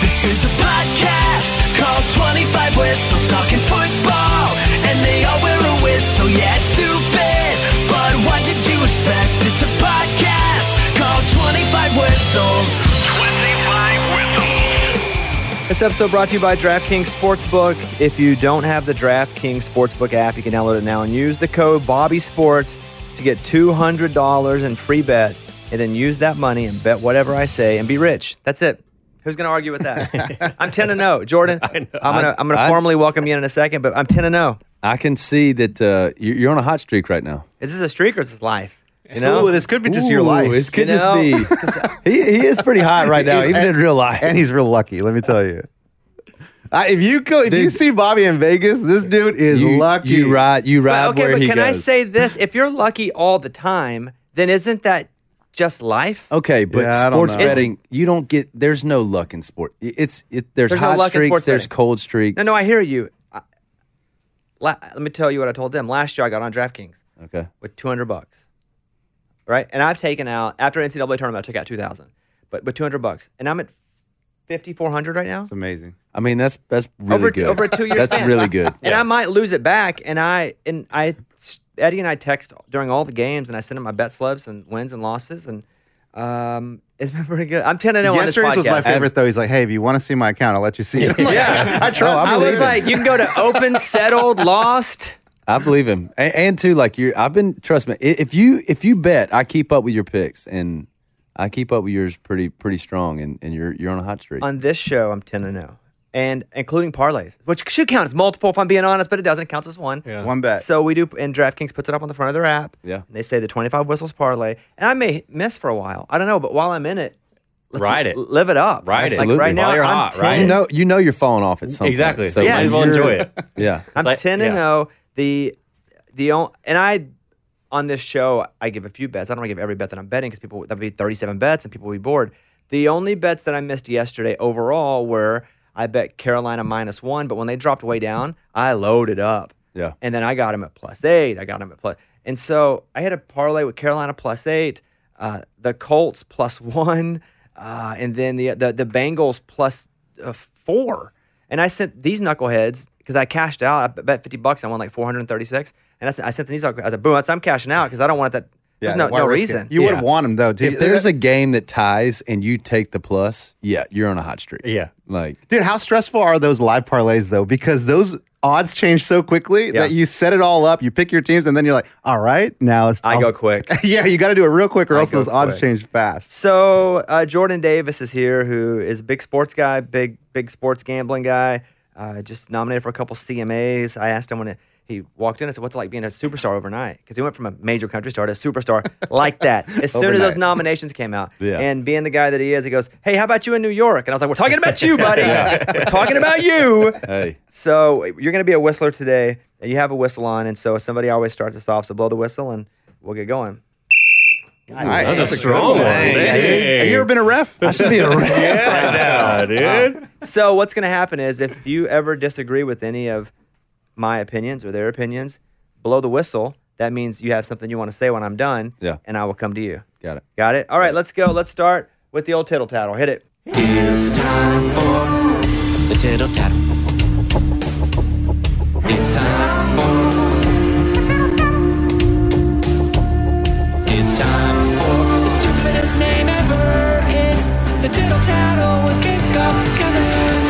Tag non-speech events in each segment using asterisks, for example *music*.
This is a podcast called 25 Whistles Talking Football. And they all wear a whistle, yeah, it's stupid. But what did you expect? It's a podcast called 25 Whistles. This episode brought to you by DraftKings Sportsbook. If you don't have the DraftKings Sportsbook app, you can download it now and use the code BobbySports to get $200 in free bets. And then use that money and bet whatever I say and be rich. That's it. Who's going to argue with *laughs* that? I'm 10 and 0. Jordan, I'm going to I'm going to I- formally welcome you in in a second, but I'm 10 and oh. 0. I can see that uh, you- you're on a hot streak right now. Is this a streak or is this life? You know? Ooh, this could be just your Ooh, life. It could you just *laughs* know? uh, be. he, he is pretty hot right now, *laughs* He's- even in real life. and he's real lucky. Let me tell you. I, if you go, if you see Bobby in Vegas, this dude is you, lucky. You ride, you ride But, okay, where but he can goes. I say this? If you're lucky all the time, then isn't that just life? Okay, but Yeah, I don't sports know. betting, you don't get. There's no luck in sport. It- It's it, there's, There's no hot luck in streaks, sports there's betting. cold streaks. No, no, I hear you. I, la, let me tell you what I told them last year. I got on DraftKings okay. with two hundred bucks, right? And I've taken out after NCAA tournament, I took out two thousand, but with two hundred bucks, and I'm at fifty four hundred right now. It's amazing. I mean, that's that's really Over- good. over a two-year That's span. *laughs* really good. and I might lose it back. And I and I Eddie and I text during all the games, and I send him my bet slips and wins and losses, and um, it's been *laughs* pretty good. I'm ten and zero on this Yesterday's was my podcast. *laughs* favorite, though. He's like, "Hey, if you want to see my account, I'll let you see it." I'm like, Yeah. *laughs* I trust. Oh, I you. was like, you can go to open, settled, *laughs* lost. I believe him, and, and too, like you, I've been trust me. i- If you if you bet, I keep up with your picks, and I keep up with yours pretty pretty strong, and, and you're you're on a hot streak. on this show, I'm 10 and 0, and including parlays, which should count as multiple if I'm being honest, but it doesn't. It counts as one. Uh, It's *laughs* one bet. So we do, and DraftKings puts it up on the front of their app. Yeah. And they say the 25 whistles parlay, and I may miss for a while. I don't know, but while I'm in it, let's Ride it. live it up. Ride it. Like Absolutely. right now, While you're I'm hot, 10, ride you know you know you're falling off at some point, Exactly. So so Yes. might as well you're- enjoy it. *laughs* Yeah, I'm like- 10 and yeah. 0. The the only, and I on this show I give a few bets. I don't want to give every bet that I'm betting because people that would be 37 bets and people would be bored. The only bets that I missed yesterday overall were I bet Carolina minus one, but when they dropped way down, I loaded up. Yeah. And then I got him at plus eight. I got him at plus. And so I had a parlay with Carolina plus eight, uh, the Colts plus one, uh, and then the, the the Bengals plus uh, four. And I sent these knuckleheads because I cashed out. I bet fifty bucks. I won like four hundred and thirty six. And I sent, I sent these. knuckleheads. I was like, boom! That's, I'm cashing out because I don't want that. There's no, why no risk it? reason. You would have won him though. Dude. If there's a game that ties and you take the plus, yeah, you're on a hot streak. Yeah. like dude, how stressful are those live parlays though? Because those odds change so quickly Yeah. that you set it all up, you pick your teams, and then you're like, "All right, now it's." I I'll- go quick. *laughs* yeah, you got to do it real quick, or else go those odds quick. change fast. So uh, Jordan Davis is here, who is a big sports guy, big big sports gambling guy. Uh, just nominated for a couple CMAs. I asked him when he walked in. I said, "What's it like being a superstar overnight?" Because he went from a major country star to a superstar like that. As soon as those Overnight. nominations came out, Yeah. and being the guy that he is, he goes, "Hey, how about you in New York?" And I was like, "We're talking about you, buddy. We're talking about you." hey, So you're going to be a whistler today, and you have a whistle on, and so somebody always starts us off. So blow the whistle, and we'll get going. Nice. That's a That's a strong good one. one. Hey, Dang. Have you ever been *laughs* a ref? I should be a Yeah, dude. So what's going to happen is if you ever disagree with any of my opinions or their opinions, blow the whistle. That means you have something you want to say when I'm done. Yeah. And I will come to you. Got it. Got it? All right, let's go. Let's start with the old tittle tattle. Hit it. It's time for the tittle tattle. It's time for. It's time for the stupidest name ever. It's the tittle tattle with kickoff Kevin.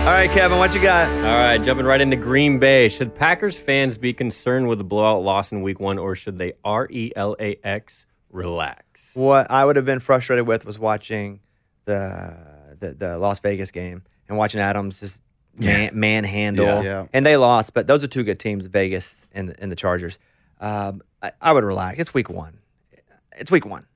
All right, Kevin, what you got? All right, jumping right into Green Bay. Should Packers fans be concerned with the blowout loss in Week One, or should they R E L A X relax? What I would have been frustrated with was watching the the, the Las Vegas game and watching Adams just man, manhandle. Yeah. Yeah. And they lost, but those are two good teams, Vegas and, and the Chargers. Um, I, I would relax. It's week one. It's week one.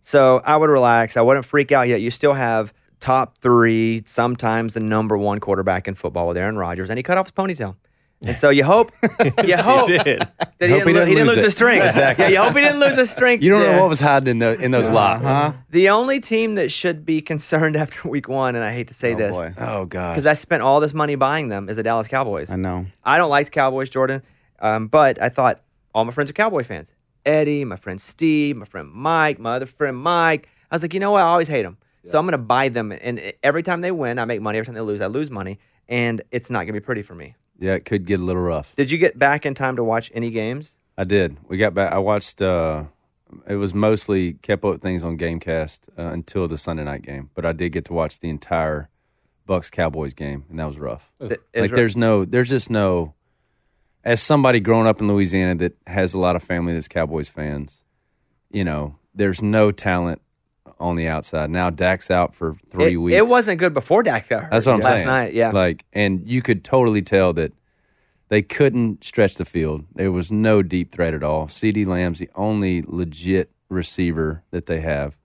So I would relax. I wouldn't freak out yet. You still have top three, sometimes the number one quarterback in football with Aaron Rodgers, and he cut off his ponytail. And so you *laughs* hope, you hope that *laughs* he Did Hope didn't, he lo- didn't he didn't lose lose it. his strength. Exactly. Yeah, you hope he didn't lose his strength. You don't there. know what was hiding in, the, in those locks. The only team that should be *laughs* concerned after week one, and I hate to say this, boy. Oh god. because I spent all this money buying them, is the Dallas Cowboys. I know. I don't like the Cowboys, Jordan, um, but I thought all my friends are Cowboy fans. Eddie, my friend Steve, my friend Mike, my other friend Mike. I was like, you know what? I always hate them. So I'm going to buy them. And e, every time they win, I make money. Every time they lose, I lose money. And it's not going to be pretty for me. Yeah, it could get a little rough. Did you get back in time to watch any games? I did. We got back. I watched. uh It was mostly kept up with things on GameCast uh, until the Sunday night game, but I did get to watch the entire Bucks Cowboys game, and that was rough. Th- like Israel- there's no, there's just no. As somebody growing up in Louisiana that has a lot of family that's Cowboys fans, you know, there's no talent on the outside now. Dak's out for it, three weeks. It wasn't good before Dak got hurt. That's what I'm last saying. night, yeah. Like, and you could totally tell that they couldn't stretch the field. There was no deep threat at all. C.D. Lamb's the only legit receiver that they have,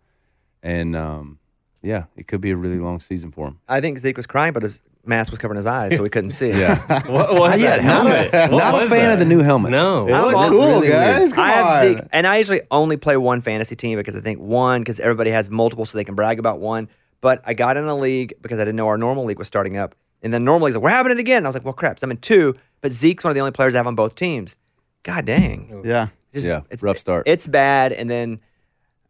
and um, yeah, it could be a really long season for him. I think Zeke was crying, but his mask was covering his eyes, so we couldn't see. *laughs* Yeah, What was that not helmet? a, What not a was fan that? of the new helmet. No. It looked all- cool, really weird. guys. Come I have on. Zeke, and I usually only play one fantasy team because I think one because everybody has multiple, so they can brag about one. But I got in a league because I didn't know our normal league was starting up, and then normal league's like, "We're having it again." And I was like, "Well, crap!" So I'm in two, but Zeke's one of the only players I have on both teams. God dang, Yeah. Just- Oh, Yeah, rough start. It's bad, and then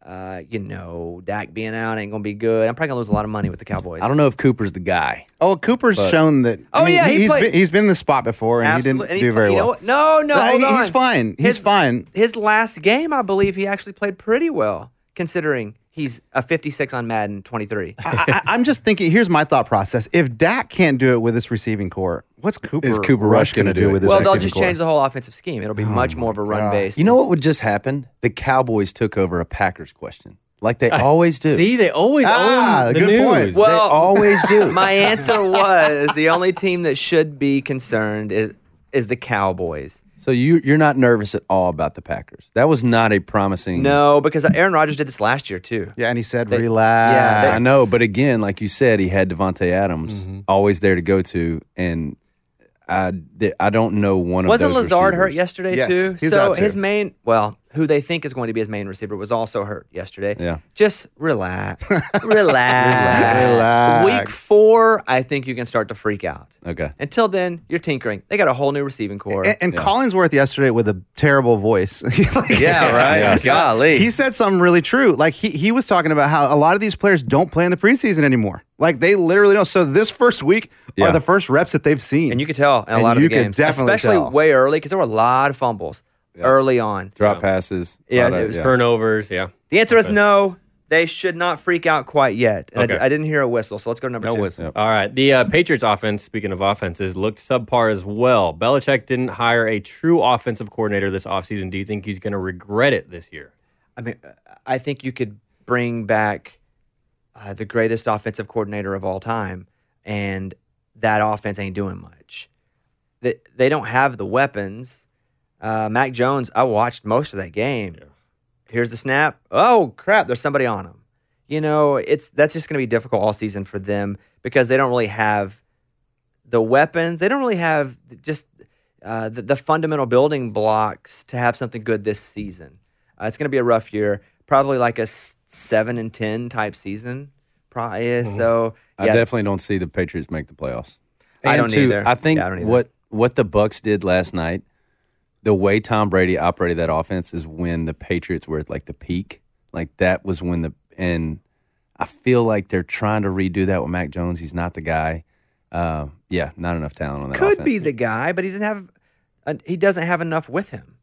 uh, you know Dak being out ain't gonna be good. I'm probably gonna lose a lot of money with the Cowboys. I don't know if Cooper's the guy. Oh, Cooper's shown that. Oh, yeah, he has played- been, he's been in the spot before, and Absolutely. he didn't do played- very you know well. what? No, no, No, hold he- on. he's fine. He's his, fine. His last game, I believe, he actually played pretty well, considering he's a 56 on Madden *laughs* 23. I, I, I'm just thinking. Here's my thought process: If Dak can't do it with this receiving core, what's Cooper? Is Cooper Rush going to gonna do do it? with this? well, they'll receiving just core? change the whole offensive scheme. It'll be Oh much more of a run base. You know what would just happen? The Cowboys took over a Packers question, like they always do. See, they always Ah, own the good news. point. they always do. *laughs* My *laughs* answer was the only team that should be concerned is, is the Cowboys. So you you're not nervous at all about the Packers. That was not a promising. No, because Aaron Rodgers did this last year too. Yeah, and he said, yeah, "Relax." they- I know, but again, like you said, he had Devonte Adams Mm-hmm. always there to go to, and I th- I don't know one Wasn't of those. Lazard hurt receivers. yesterday Yes, too? he's so out too. his main, well, who they think is going to be his main receiver was also hurt yesterday. Yeah. Just relax, relax, Relax. Week four, I think you can start to freak out. Okay. Until then, you're tinkering. They got a whole new receiving core. and, and Collinsworth yesterday with a terrible voice. *laughs* Like, *laughs* yeah, right. Golly, He said something really true. Like he, he was talking about how a lot of these players don't play in the preseason anymore. Like they literally don't. So this first week Yeah. are the first reps that they've seen. and you could tell in a And lot of you the could games, definitely especially tell. way early, because there were a lot of fumbles early on. Drop passes. Oh. Uh, Yeah, lot it of- was Turnovers, yeah. The answer is no. They should not freak out quite yet. And I Okay. d- I, didn't hear a whistle, so let's go to number no two. whistle. All right. The uh, Patriots offense, speaking of offenses, looked subpar as well. Belichick didn't hire a true offensive coordinator this offseason. Do you think he's going to regret it this year? I mean, I think you could bring back uh, the greatest offensive coordinator of all time, and that offense ain't doing much. They, they don't have the weapons. Uh, Mac Jones, I watched most of that game. Here's the snap. Oh crap! There's somebody on him. You know, it's that's just going to be difficult all season for them because they don't really have the weapons. They don't really have just uh, the, the fundamental building blocks to have something good this season. Uh, it's going to be a rough year, probably like a s- seven and ten type season. Pro- yeah, So I yeah, definitely don't see the Patriots make the playoffs. I don't two, either. I think Yeah, I don't either. what what the Bucks did last night, the way Tom Brady operated that offense is when the Patriots were at like the peak. Like that was when the and I feel like they're trying to redo that with Mac Jones. He's not the guy. Uh, yeah, not enough talent on that. Could offense. be the guy, but he doesn't have uh, he doesn't have enough with him.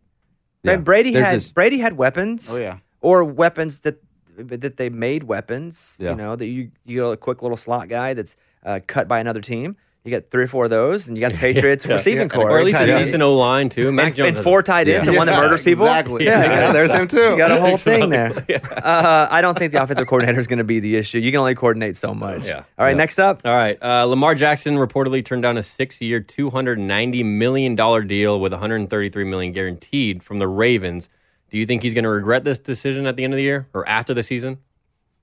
Yeah. And Brady There's had just- Brady had weapons. Oh, yeah. or weapons that that they made weapons. Yeah. You know that you you got a quick little slot guy that's uh, cut by another team. You got three or four of those, and you got the Patriots *laughs* Yeah. receiving core, or at least a Tight end. decent O line too. Mac and, Jones and has a- four tight ends and one that *laughs* Yeah, murders people. exactly. Yeah, you Yeah, got- there's him too. You got a whole thing *laughs* there. Uh, I don't think the offensive coordinator is going to be the issue. You can only coordinate so much. Yeah. All right, next up. All right. Uh, Lamar Jackson reportedly turned down a six-year, two hundred ninety million dollar deal with one hundred thirty-three million guaranteed from the Ravens. Do you think he's going to regret this decision at the end of the year or after the season?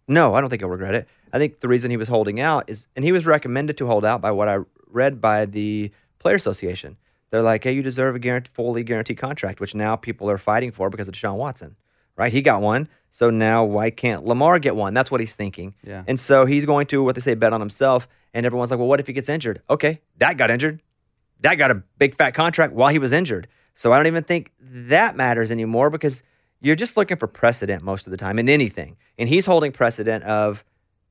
No, I don't think he'll regret it. I think the reason he was holding out is, and he was recommended to hold out by what I read by the Player Association. They're like, hey, you deserve a guarant- fully guaranteed contract, which now people are fighting for because of Deshaun Watson, right? He got one. So now why can't Lamar get one? That's what he's thinking. Yeah. And so he's going to, what they say, bet on himself. And everyone's like, well, what if he gets injured? Okay, that got injured. That got a big fat contract while he was injured. So I don't even think that matters anymore because you're just looking for precedent most of the time in anything. And he's holding precedent of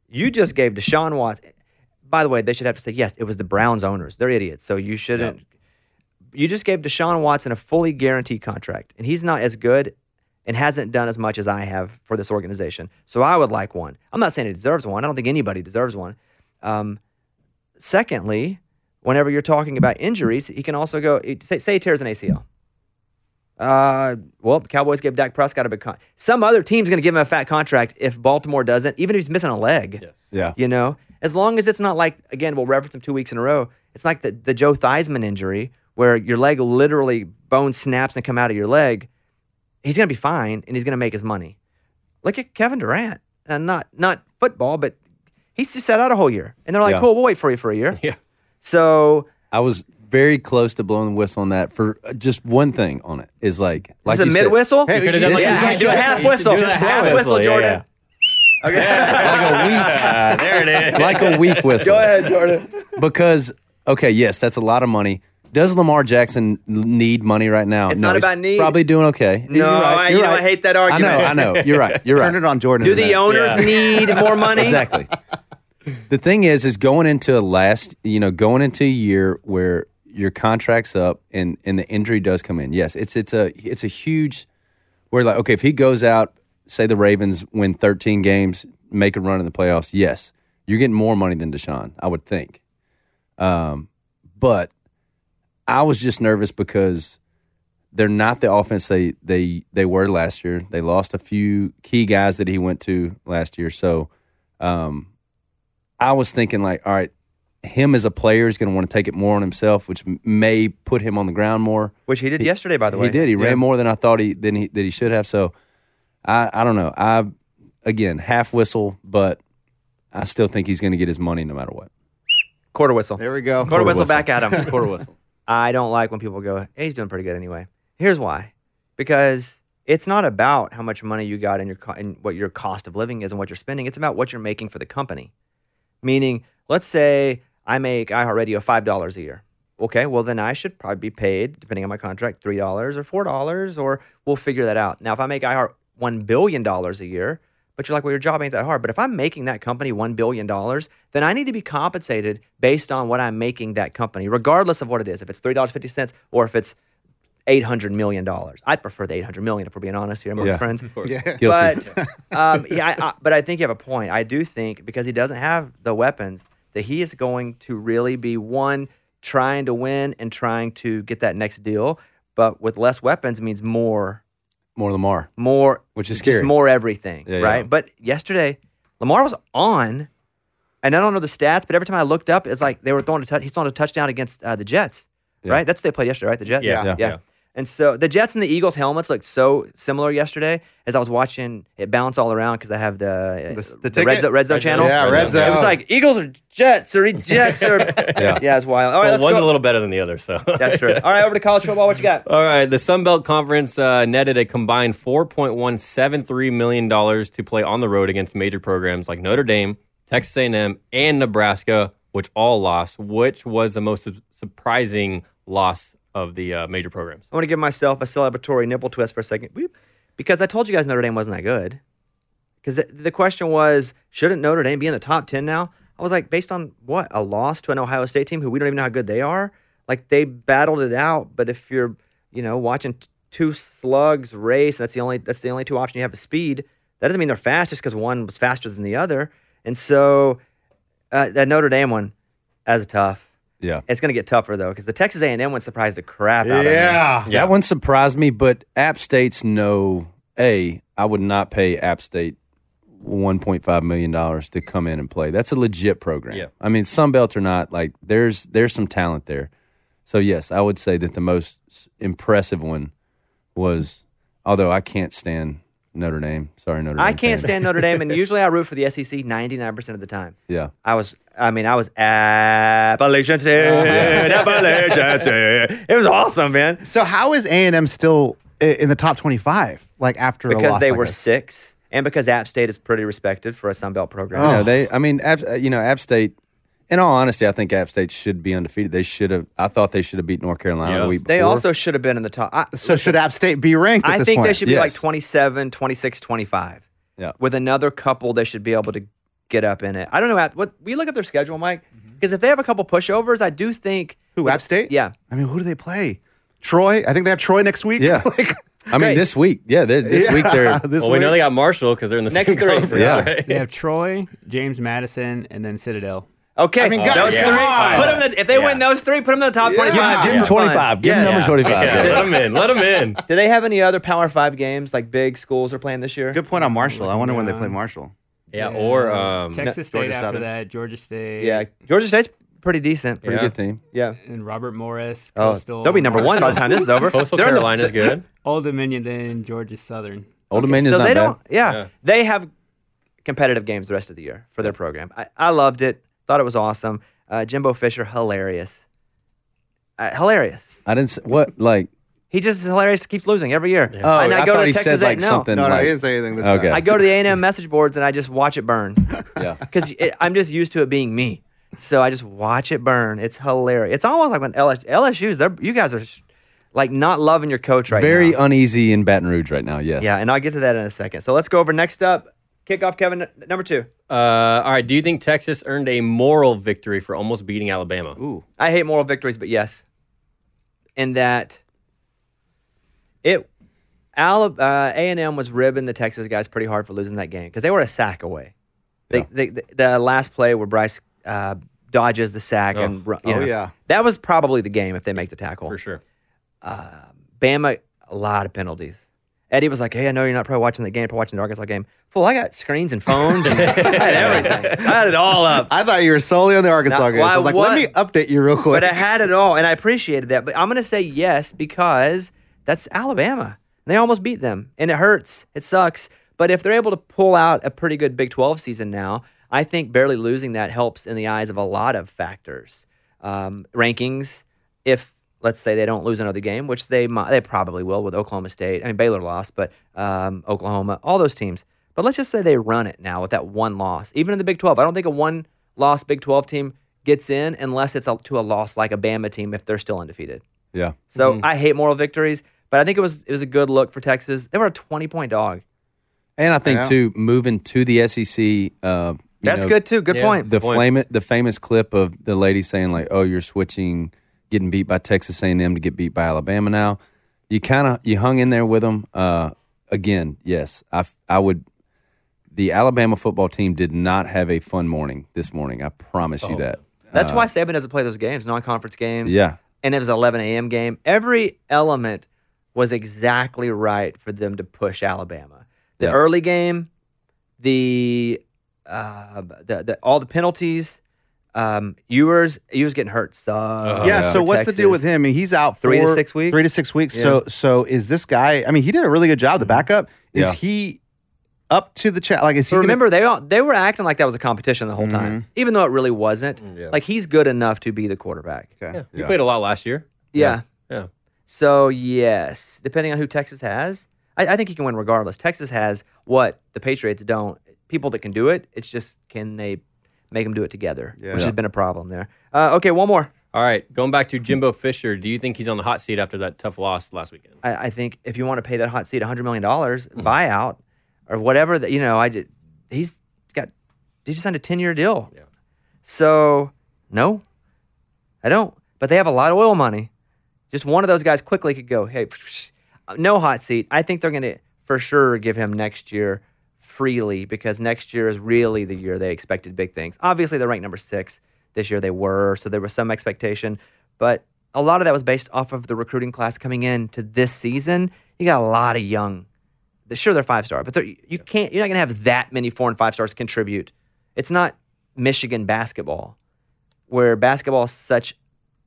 you just gave Deshaun Watson. By the way, they should have to say, yes, it was the Browns owners. They're idiots. So you shouldn't. You just gave Deshaun Watson a fully guaranteed contract, and he's not as good and hasn't done as much as I have for this organization. So I would like one. I'm not saying he deserves one. I don't think anybody deserves one. Um, secondly, whenever you're talking about injuries, he can also go say, say he tears an ACL. Uh, well, Cowboys gave Dak Prescott a big con. Some other team's going to give him a fat contract if Baltimore doesn't, even if he's missing a leg. Yeah. You know, as long as it's not like again, we'll reference him two weeks in a row. It's like the, the Joe Theismann injury where your leg literally bone snaps and come out of your leg. He's gonna be fine and he's gonna make his money. Look at Kevin Durant and not not football, but he's just set out a whole year and they're like, Yeah. cool, we'll wait for you for a year. Yeah. So I was very close to blowing the whistle on that for uh, just one thing on it is like like is it you a said- mid whistle? Hey, Could've done this like is that. like do a half whistle. Do a Just half half whistle, yeah, Jordan. yeah. like a weak Ah, there *laughs* it is. like a weak whistle. Go ahead, Jordan. Because okay, yes, that's a lot of money. Does Lamar Jackson need money right now? It's no, not he's about need. Probably doing okay. No, I- you know, I hate that argument. I know, I know. You're right. *laughs* You're right. Turn it on, Jordan. Do in a the minute. owners Yeah. need more money? Exactly. the thing is, is going into last, you know, going into a year where your contract's up and and the injury does come in. Yes, it's it's a it's a huge. We're like, okay, if he goes out, say the Ravens win 13 games, make a run in the playoffs. Yes, you're getting more money than Deshaun, I would think. Um, but I was just nervous because they're not the offense they they they were last year. They lost a few key guys that he went to last year, so um, I was thinking like, all right, him as a player is going to want to take it more on himself, which m- may put him on the ground more. Which he did yesterday, by the way. He did. He Yeah. ran more than I thought he than he that he should have. So I I don't know. I again half whistle, but I still think he's going to get his money no matter what. Quarter whistle. There we go. Quarter whistle back at him. Quarter whistle. *laughs* I don't like when people go, hey, he's doing pretty good anyway. Here's why. Because it's not about how much money you got in your co- and what your cost of living is and what you're spending. It's about what you're making for the company. Meaning, let's say I make iHeartRadio five dollars a year. Okay, well then I should probably be paid, depending on my contract, three dollars or four dollars, or we'll figure that out. Now, if I make iHeart one billion dollars a year, but you're like, well, your job ain't that hard. But if I'm making that company one billion dollars, then I need to be compensated based on what I'm making that company, regardless of what it is. If it's three dollars fifty cents or if it's eight hundred million dollars, I'd prefer the eight hundred million if we're being honest here amongst Yeah. friends. Guilty. But um, yeah, I, I, but I think you have a point. I do think because he doesn't have the weapons that he is going to really be one trying to win and trying to get that next deal. But with less weapons means more, more Lamar. more, Which is just scary. more everything, Yeah, right? yeah. But yesterday, Lamar was on, and I don't know the stats, but every time I looked up, it's like they were throwing a touch. He's throwing a touchdown against uh, the Jets, right? That's what they played yesterday, right? The Jets, Yeah. yeah. Yeah. yeah. And so the Jets and the Eagles helmets looked so similar yesterday. As I was watching it bounce all around because I have the The s- uh, the red ticket? zone, red zone channel. Yeah, red zone. It was like Eagles or Jets or Jets or yeah. it's wild. All right, Well, let's one's go. a little better than the other, so That's true. All right, over to college football. What you got? All right, the Sun Belt Conference uh, netted a combined $4.173 million to play on the road against major programs like Notre Dame, Texas A&M, and Nebraska, which all lost. Which was the most su- surprising loss of the uh, *laughs* major programs? I want to give myself a celebratory nipple twist for a second, Whoop. because I told you guys Notre Dame wasn't that good. Because the, the question was, shouldn't Notre Dame be in the top 10 now? I was like, based on what? A loss to an Ohio State team who we don't even know how good they are? Like they battled it out, but if you're, you know, watching t- two slugs race, that's the only that's the only two option you have is speed. That doesn't mean they're fast just because one was faster than the other. And so uh, that Notre Dame one, as tough. Yeah. It's going to get tougher though because the Texas A&M one surprised the crap out of me. That one surprised me, but App State's no A, I would not pay App State one point five million dollars to come in and play. That's a legit program. Yeah. I mean, Sunbelt or not, like there's there's some talent there. So yes, I would say that the most s- impressive one was although I can't stand Notre Dame. Sorry, Notre Dame. I can't fans. stand Notre Dame, and usually I root for the E SEC 99% of the time. Yeah. I was, I mean, I was *laughs* *laughs* Appalachian State, Appalachian State. It was awesome, man, So how is A and M still i- in the top twenty five? Like after a because loss they like were this? six, and because App State is pretty respected for a Sun Belt program. You know, Oh, they. I mean, App, you know, App State. In all honesty, I think App State should be undefeated. They should have. I thought they should have beat North Carolina. The Yes. week They before. also should have been in the top. I, So should App State be ranked? At I this think point? they should be Yes. like 27, 26, 25. Yeah. With another couple, they should be able to get up in it. I don't know. App- What we look up their schedule, Mike, because if they have a couple pushovers, I do think Mm-hmm. Who App State? Yeah. I mean, who do they play? Troy. I think they have Troy next week. Yeah. *laughs* like, I mean, Great. this week, yeah, they're- this week *laughs* they're this well, we know week. they got Marshall because they're in the Next *laughs* same three. conference, Yeah. right? They have Troy, James Madison, and then Citadel. Okay, I mean, guys, those come three. on. Put them in the, if they win those three, put them in the top twenty-five. give them for fun. twenty five. Give Yes. them number twenty five. *laughs* Yeah, let them in. Let them in. Do they have any other Power Five games like big schools are playing this year? Good point on Marshall. I wonder when they play Marshall. Yeah, or um, Texas State Georgia after Southern. that, Georgia State, Yeah, Georgia State's pretty decent. Pretty Yeah. good team. Yeah. and Robert Morris, Oh, Coastal. they'll be number one by the time this is over. Coastal They're in the- *laughs* Carolina's good. Old Dominion, then Georgia Southern. Old Dominion's so not they bad. don't. Yeah, Yeah. they have competitive games the rest of the year for their program. I, I loved it. Thought it was awesome. Uh, Jimbo Fisher, hilarious. Uh, hilarious. I didn't. Say, what like? He just is hilarious. Keeps losing every year. Oh, I, And thought he said A- like no. something. No, no, like, he didn't say anything this Okay. time. I go to the A&M message boards and I just watch it burn. yeah. *laughs* because I'm just used to it being me. So I just watch it burn. It's hilarious. It's almost like when LS, LSU's, they're, you guys are sh- like not loving your coach right Very now. uneasy in Baton Rouge right now. Yes. yeah, and I'll get to that in a second. So let's go over next up. Kickoff, Kevin, n- number two. Uh, all right. Do you think Texas earned a moral victory for almost beating Alabama? Ooh. I hate moral victories, but yes. In that it Alab- uh, A&M was ribbing the Texas guys pretty hard for losing that game because they were a sack away. They, they, the, the last play where Bryce uh, dodges the sack and ru- you Oh, know, yeah. that was probably the game if they make the tackle. For sure. Bama, a lot of penalties. Eddie was like, "Hey, I know you're not probably watching the game, probably watching the Arkansas game. Fool, I got screens and phones *laughs* and I had everything. I had it all *laughs* up, I thought you were solely on the Arkansas Now, game. I was why like, let me what? update you real quick. but uh, I had it all, and I appreciated that. But I'm gonna say yes because that's Alabama. They almost beat them, and it hurts. It sucks. But if they're able to pull out a pretty good Big 12 season now, I think barely losing that helps in the eyes of a lot of factors, um, rankings. If let's say they don't lose another game, which they might, they probably will with Oklahoma State. I mean Baylor lost, but um, Oklahoma, all those teams. But let's just say they run it now with that one loss. Even in the Big 12, I don't think a one loss Big 12 team gets in unless it's a, to a loss like a Bama team if they're still undefeated. Yeah. So Mm-hmm. I hate moral victories, but I think it was it was a good look for Texas. They were a 20 point dog. And I think know. too, moving to the SEC. Uh, you That's know, good too. Good point. The point. flame, the famous clip of the lady saying like, "Oh, you're switching, getting beat by Texas A&M to get beat by Alabama." Now, you kind of you hung in there with them. Uh, again, yes, I f- I would. The Alabama football team did not have a fun morning this morning. I promise you that. That's why Saban doesn't play those games, non conference games. Yeah. And it was an 11 a.m. game. Every element was exactly right for them to push Alabama. The Yeah. early game, the, uh, the, the all the penalties, um, Ewers, Ewers getting hurt. Sucks. Oh, yeah, so for what's the deal with Oh, Texas. him? I mean, he's out Three to for six weeks? Three to six weeks. So, so is this guy? I mean, he did a really good job. The Mm-hmm. backup is Yeah. he up to the chat? Like, is he? But gonna- remember, they all they were acting like that was a competition the whole Mm-hmm. time, even though it really wasn't. Like he's good enough to be the quarterback. Okay. Yeah. You played a lot last year. Yeah. Yeah. So yes, depending on who Texas has, I, I think he can win regardless. Texas has what the Patriots don't. People that can do it, it's just can they make them do it together, which has been a problem there. Uh, okay, one more. All right. Going back to Jimbo Fisher, do you think he's on the hot seat after that tough loss last weekend? I, I think if you want to pay that hot seat $100 million buyout, or whatever that you know. I did. He's got. He just signed a ten year deal. Yeah. So no, I don't. But they have a lot of oil money. Just one of those guys quickly could go. Hey, no hot seat. I think they're going to for sure give him next year freely because next year is really the year they expected big things. Obviously, they're ranked number six this year. They were so there was some expectation, but a lot of that was based off of the recruiting class coming in to this season. You got a lot of young. Sure, they're five star, but they're, you can't. You're not going to have that many four and five stars contribute. It's not Michigan basketball, where basketball is such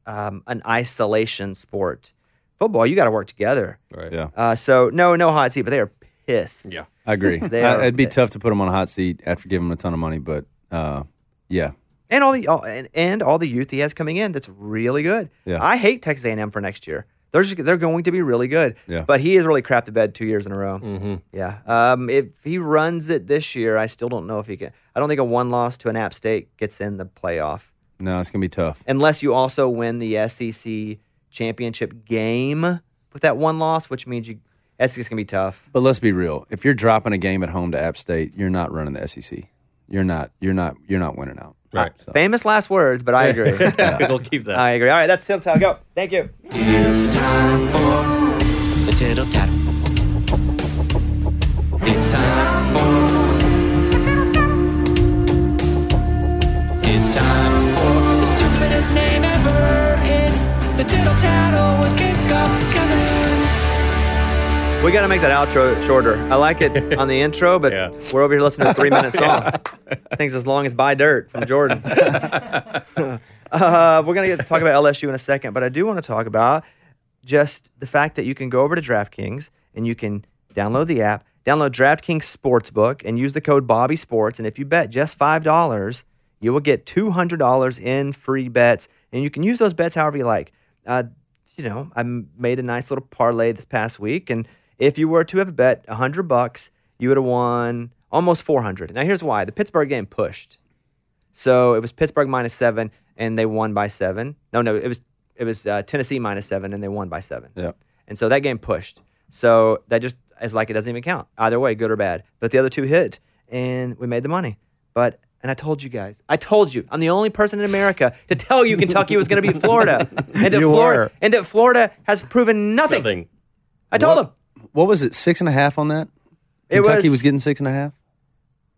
um, an isolation sport. Football, you got to work together. Right. Yeah. Uh, so no, no hot seat, but they are pissed. Yeah. I agree. *laughs* They I- are- it'd be tough to put him on a hot seat after giving him a ton of money, but uh, yeah, and all the all, and, and all the youth he has coming in that's really good. Yeah. I hate Texas A&M for next year. They're just, they're going to be really good. Yeah. But he has really crapped the bed two years in a row. Mm-hmm. Yeah. Um, if he runs it this year, I still don't know if he can. I don't think a one loss to an App State gets in the playoff no, it's gonna be tough. unless you also win the SEC championship game with that one loss, which means you SEC's gonna be tough. But let's be real. If you're dropping a game at home to App State, you're not running the SEC. You're not. You're not. You're not winning out. Right. Famous last words, but I agree. we'll keep that. I agree. All right, that's Tim Time. Go. Thank you. It's time for the tittle tattle. It's time for. It's time for the stupidest name ever. It's the tittle tattle with kickoff Kevin. We got to make that outro shorter. I like it on the intro, but Yeah. we're over here listening to a three minute song. Things as long as "By Dirt" from Jordan. uh, we're gonna get to talk about LSU in a second, but I do want to talk about just the fact that you can go over to DraftKings and you can download the app, download DraftKings Sportsbook, and use the code Bobby Sports. And if you bet just five dollars, you will get two hundred dollars in free bets, and you can use those bets however you like. Uh, you know, I m- made a nice little parlay this past week, and if you were to have bet hundred bucks, you would have won almost four hundred. Now here's why: the Pittsburgh game pushed. So it was Pittsburgh minus seven, and they won by seven. No, no, it was it was uh, Tennessee minus seven, and they won by seven. Yeah. And so that game pushed. So that just is like it doesn't even count either way, good or bad. But the other two hit, and we made the money. But and I told you guys, I told you, I'm the only person in America to tell you Kentucky was going to beat *laughs* Florida, and that You Florida were. and that Florida has proven nothing. Nothing. I told them What was it? Six and a half on that. It Kentucky was- was, getting six and a half.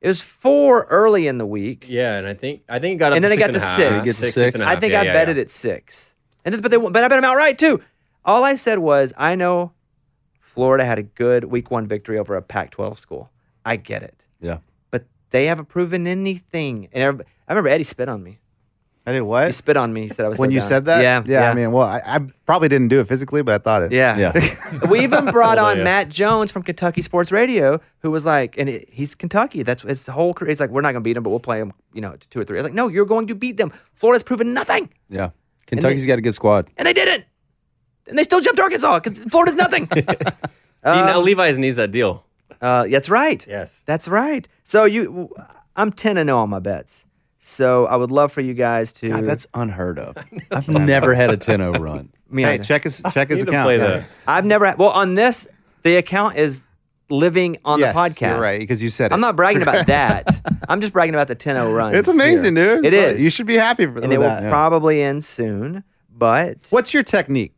it was four early in the week. Yeah, and I think I think it got up And then to it got six to and a half. six. It gets to six. and a I half. think Yeah, I yeah, bet yeah. it at six, and then, but they but I bet them outright too. All I said was I know Florida had a good week one victory over a Pac-12 school. I get it, Yeah. but they haven't proven anything. And everyb- I remember Eddie spit on me. I did He what? spit on me. He said I was When so you dumb. said that? Yeah, yeah. I mean, well, I, I probably didn't do it physically, but I thought it. yeah. Yeah. *laughs* we even *laughs* Oh, brought on yeah. Matt Jones from Kentucky Sports Radio, who was like, and it, he's Kentucky. That's his whole career. He's like, we're not going to beat them, but we'll play them, you know, two or three. I was like, no, you're going to beat them. Florida's proven nothing. Yeah. Kentucky's got a good squad. and they didn't. And they still jumped Arkansas because Florida's nothing. See, Um, now Levi's needs that deal. *laughs* uh, that's right. Yes. That's right. So you, I'm ten and zero on my bets. So I would love for you guys to. God, that's unheard of. *laughs* I've never had a 10-0 run. me. Hey, either. check his check his Need to account. play Yeah. that. I've never. had- Well, on this, the account is living on Yes, the podcast. you're right? Because you said it. I'm not bragging about that. *laughs* I'm just bragging about the 10-0 run. It's amazing, here. dude. It So is. You should be happy for and with it will that. probably end soon. But What's your technique?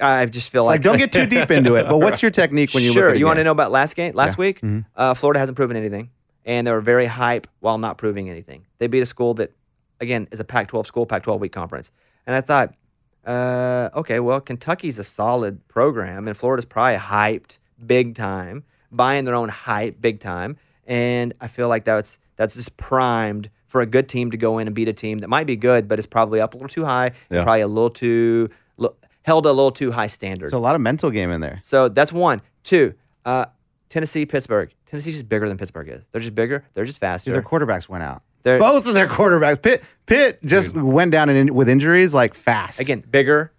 I just feel Like, don't get too deep into it. *laughs* But what's your technique when you sure. look at a you want to game? know about last game, last week? Mm-hmm. Uh, Florida hasn't proven anything, and they were very hype while not proving anything. They beat a school that, again, is a Pac-12 school, Pac-12 week conference, and I thought, uh, okay, well, Kentucky's a solid program, and Florida's probably hyped big time, buying their own hype big time, and I feel like that's that's just primed for a good team to go in and beat a team that might be good, but it's probably up a little too high, Yeah. probably a little too. lo- Held a little too high standard. So a lot of mental game in there. So that's one. Two, uh, Tennessee, Pittsburgh. Tennessee's just bigger than Pittsburgh is. They're just bigger. They're just faster. Dude, their quarterbacks went out. They're- Both of their quarterbacks. Pitt Pitt just went down in, with injuries like fast. Again, bigger,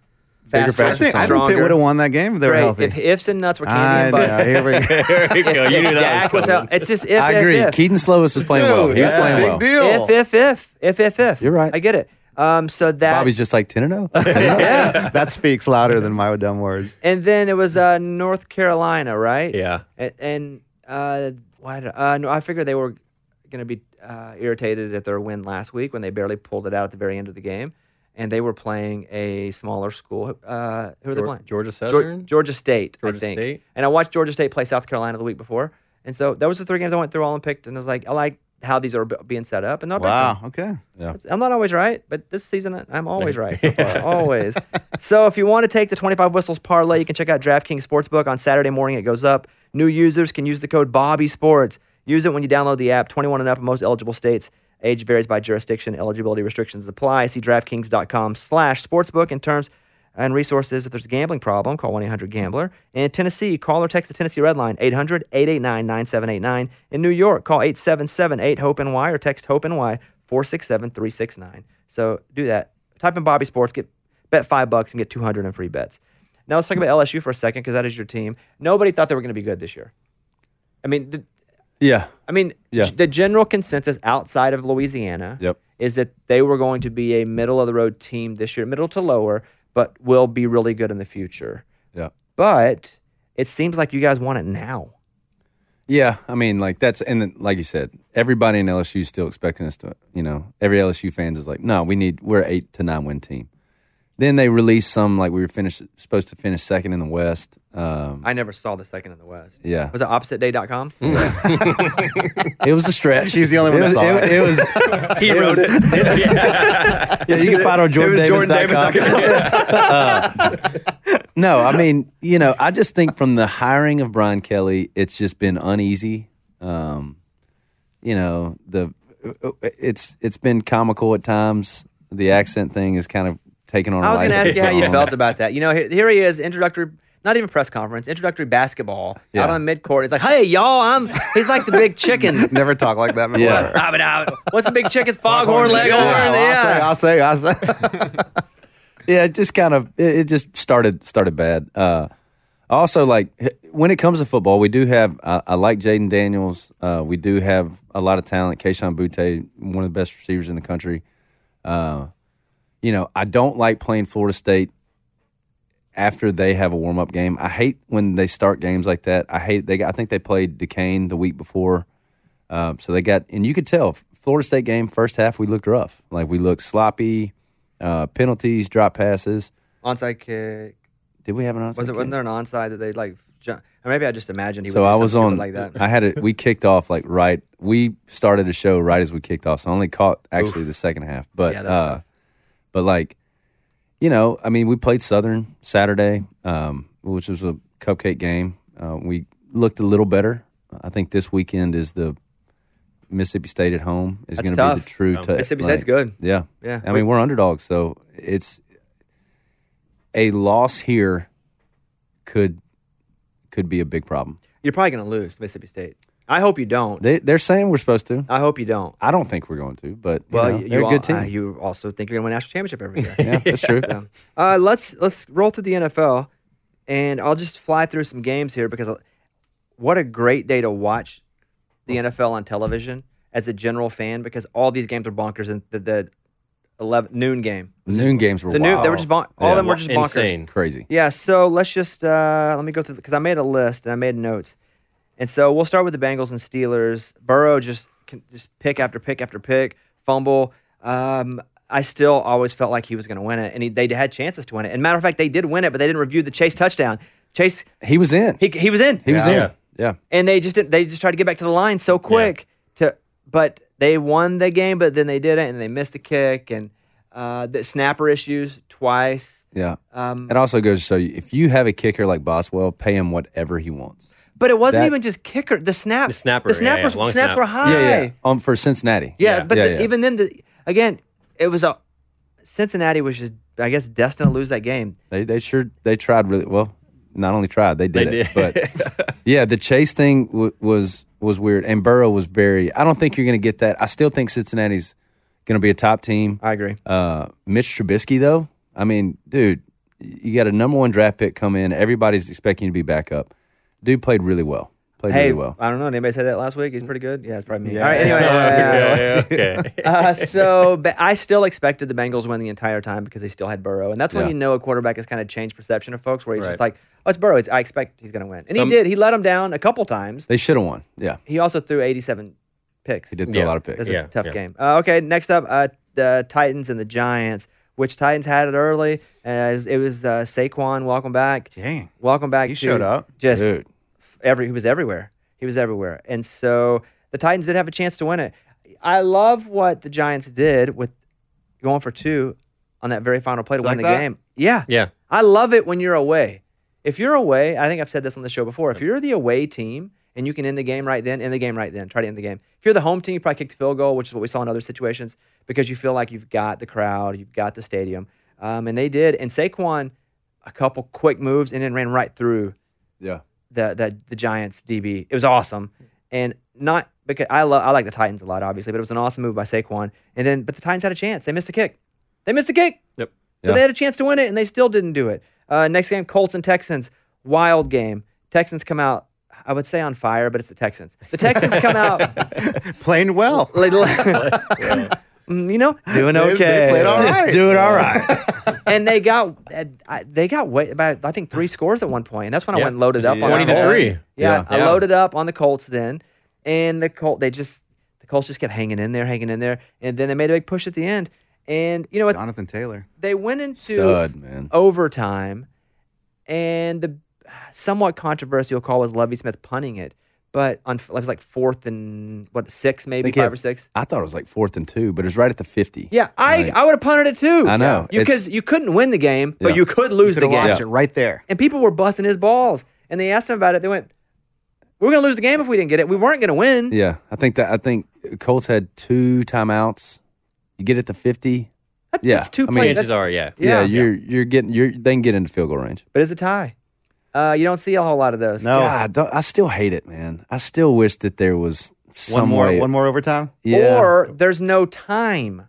Bigger, faster, I think, I think Pitt stronger. would have won that game if they were Great. healthy. If ifs and nuts were candy I and butts, know. Here *laughs* we go. *laughs* There you go. You knew that Dak was was out. coming. It's just if, I if, agree. if. Keaton Slovis was playing well. Dude, He was that's a playing big well. deal. if, if, if, if, if, if. You're right. I get it. Um, so that. Bobby's just like oh. 10-0. *laughs* yeah. That speaks louder than *laughs* my dumb words. and then it was uh, North Carolina, right? Yeah. A- And, uh, Why? Did, uh, no, I figured they were going to be uh, irritated at their win last week when they barely pulled it out at the very end of the game, and they were playing a smaller school. Uh, who are they Geor- playing? Georgia Geor- Southern? Georgia State, I Georgia think. State? And I watched Georgia State play South Carolina the week before, and so those are the three games I went through all and picked, and I was like, I like how these are b- being set up, and I picked them. Wow. *laughs* Okay. I'm not always right, but this season I'm always right. So far, always. So if you want to take the 25 whistles parlay, you can check out DraftKings Sportsbook on Saturday morning. It goes up. New users can use the code Bobby Sports. Use it when you download the app. 21 and up in most eligible states. Age varies by jurisdiction. Eligibility restrictions apply. See DraftKings.com/sportsbook in terms and resources. If there's a gambling problem, call 1 800 Gambler. In Tennessee, call or text the Tennessee Red Line, 800 889 9789. In New York, call 877 8 HOPE NY or text HOPE NY 467 369. So do that. Type in Bobby Sports, get bet five bucks and get 200 in free bets. Now let's talk about LSU for a second because that is your team. Nobody thought they were going to be good this year. I mean, the, Yeah. I mean, Yeah. g- the general consensus outside of Louisiana Yep. is that they were going to be a middle of the road team this year, middle to lower, but will be really good in the future. Yeah. But it seems like you guys want it now. Yeah, I mean, like that's and then, like you said, everybody in LSU is still expecting us to. You know, every LSU fans is like, no, we need we're an eight to nine win team. Then they released some like we were finished supposed to finish second in the West. Um, I never saw the second in the West. yeah, Was it oppositeday.com? it was a stretch. *laughs* She's the only one It that was- saw it. It was. He *laughs* *laughs* wrote it. Yeah, you can find it on Jordan Davis. *laughs* Uh, no, I mean, you know, I just think from the hiring of Brian Kelly, it's just been uneasy. Um, you know, the it's it's been comical at times. The accent thing is kind of taken on. a I was life going to of ask its you how you own. felt about that. You know, here, here he is, introductory, not even press conference, introductory basketball out Yeah. on midcourt. It's like, hey, y'all, I'm, he's like the big chicken. Never talk like that before. Yeah. *laughs* Ah, but, ah, but- What's the big chicken's *laughs* foghorn Yeah, leg horn? Yeah. I'll say, I'll say, I'll say. *laughs* yeah, it just kind of it, it just started started bad. Uh, also, like h- when it comes to football, we do have I, I like Jaden Daniels. Uh, we do have a lot of talent. Keishawn Butte, one of the best receivers in the country. Uh, you know, I don't like playing Florida State after they have a warm up game. I hate when they start games like that. I hate they. got- I think they played Duquesne the week before, uh, so they got and you could tell Florida State game first half we looked rough. Like we looked sloppy, uh, penalties, drop passes. Onside kick. Did we have an onside? Was it kick? wasn't there an onside that they like? Ju- or maybe I just imagined he. So would do I something was stupid on. like that. I had it. We kicked off like right. We started a show right as we kicked off. So I only caught actually the second half. But Yeah, that's uh, tough. but like, you know, I mean, we played Southern Saturday, um, which was a cupcake game. Uh, we looked a little better. I think this weekend is the Mississippi State at home is That's going to be tough. the true test. Mississippi State's good. Yeah. Yeah. I mean, we're underdogs, so it's a loss here could could be a big problem. You're probably going to lose to Mississippi State. I hope you don't. They they're saying we're supposed to. I hope you don't. I don't think we're going to, but you Well, know, you, they're a all- good team. uh, you also think you're going to win a national championship every year. *laughs* yeah, that's true. *laughs* So, uh, let's let's roll through the NFL, and I'll just fly through some games here because I- what a great day to watch the NFL on television as a general fan because all these games are bonkers and the, the 11 noon game. The noon games were The noon they were just bon- all Yeah. of them were just bonkers. Insane. crazy. Yeah, so let's just uh, let me go through because I made a list and I made notes, and so we'll start with the Bengals and Steelers. Burrow just can- just pick after pick after pick, fumble. Um, I still always felt like he was going to win it, and he, they had chances to win it. And matter of fact, they did win it, but they didn't review the Chase touchdown. Chase He was in. he, he was in, He was in. Yeah. Yeah. and they just didn't, they just tried to get back to the line so quick to but they won the game, but then they didn't, and they missed the kick and uh, the snapper issues twice. Yeah. Um, it also goes to show you if you have a kicker like Boswell, pay him whatever he wants. But it wasn't That- even just kicker. The snap, The snapper, the yeah, yeah, snappers, long snaps snap. were high. Yeah, yeah. Um, for Cincinnati. Yeah, but Yeah, the- yeah. even then, the again, it was a Cincinnati was just, I guess, destined to lose that game. They they sure they tried really well. Not only tried, they did They it. But yeah, the chase thing w- was was weird, and Burrow was very. I don't think you're going to get that. I still think Cincinnati's going to be a top team. I agree. Uh, Mitch Trubisky, though, I mean, dude, you got a number one draft pick come in. Everybody's expecting you to be back up. Dude played really well. Played hey, really well. I don't know. Did anybody say that last week? He's pretty good. Yeah, it's probably me. Yeah. All right. *laughs* Anyway, Yeah, uh, yeah, okay. uh, so but I still expected the Bengals to win the entire time because they still had Burrow, and that's when Yeah. you know a quarterback has kind of changed perception of folks, where he's just Right. like, "Oh, it's Burrow. It's, I expect he's going to win," and Some- he did. He let him down a couple times. They should have won. Yeah, He also threw 87 picks. he did throw Yeah. a lot of That's picks. Yeah, a tough yeah. game. Uh, okay, next up, uh, the Titans and the Giants. Which Titans had it early? As it was uh, Saquon. Welcome back. Dang. Welcome back. He dude. showed up. Just Dude, every he was everywhere. He was everywhere. And so the Titans did have a chance to win it. I love what the Giants did with going for two on that very final play to Like win the that? game. *laughs* Yeah. Yeah. I love it when you're away. If you're away, I think I've said this on the show before. If you're the away team and you can end the game right then, end the game right then. Try to end the game. If you're the home team, you probably kick the field goal, which is what we saw in other situations, because you feel like you've got the crowd, you've got the stadium. Um, and they did. And Saquon, a couple quick moves and then ran right through yeah. the the the Giants DB. It was awesome, and not because I love I like the Titans a lot, obviously, but it was an awesome move by Saquon. And then, but the Titans had a chance. They missed a kick. They missed a kick. Yep. So they had a chance to win it, and they still didn't do it. Uh, next game, Colts and Texans. Wild game. Texans come out. I would say on fire, but it's the Texans. The Texans come out. Playing well. Mm, you know, doing They- okay. they played all Just right. doing all right. *laughs* and they got uh, I- they got way about I think three scores at one point, and that's when I Yeah. went and loaded up on 20 the to Colts. three. Yeah, Yeah. I Yeah. loaded up on the Colts then, and the Colt they just the Colts just kept hanging in there, hanging in there, and then they made a big push at the end, and you know what? Jonathan Taylor. They went into Stud, man. overtime, and the somewhat controversial call was Lovey Smith punting it, but on it was like fourth and what six maybe They can't- five or six. I thought it was like fourth and two, but it was right at the 50. Yeah, I Right. I would have punted it too. I know. you It's- because you couldn't win the game, but Yeah. you could lose Could the have game. lost it right there. And people were busting his balls, and they asked him about it. They went, "We're going to lose the game if we didn't get it. We weren't going to win." Yeah, I think that I think Colts had two timeouts. You get it to 50. That- Yeah, that's two I mean, plays. Chances That's- are, yeah. Yeah, Yeah. you're you're getting you're they can get into field goal range. but it's a tie. Uh, you don't see a whole lot of those. No. God, I don't, I still hate it, man. I still wish that there was some One more way. one more overtime. yeah. Or there's no time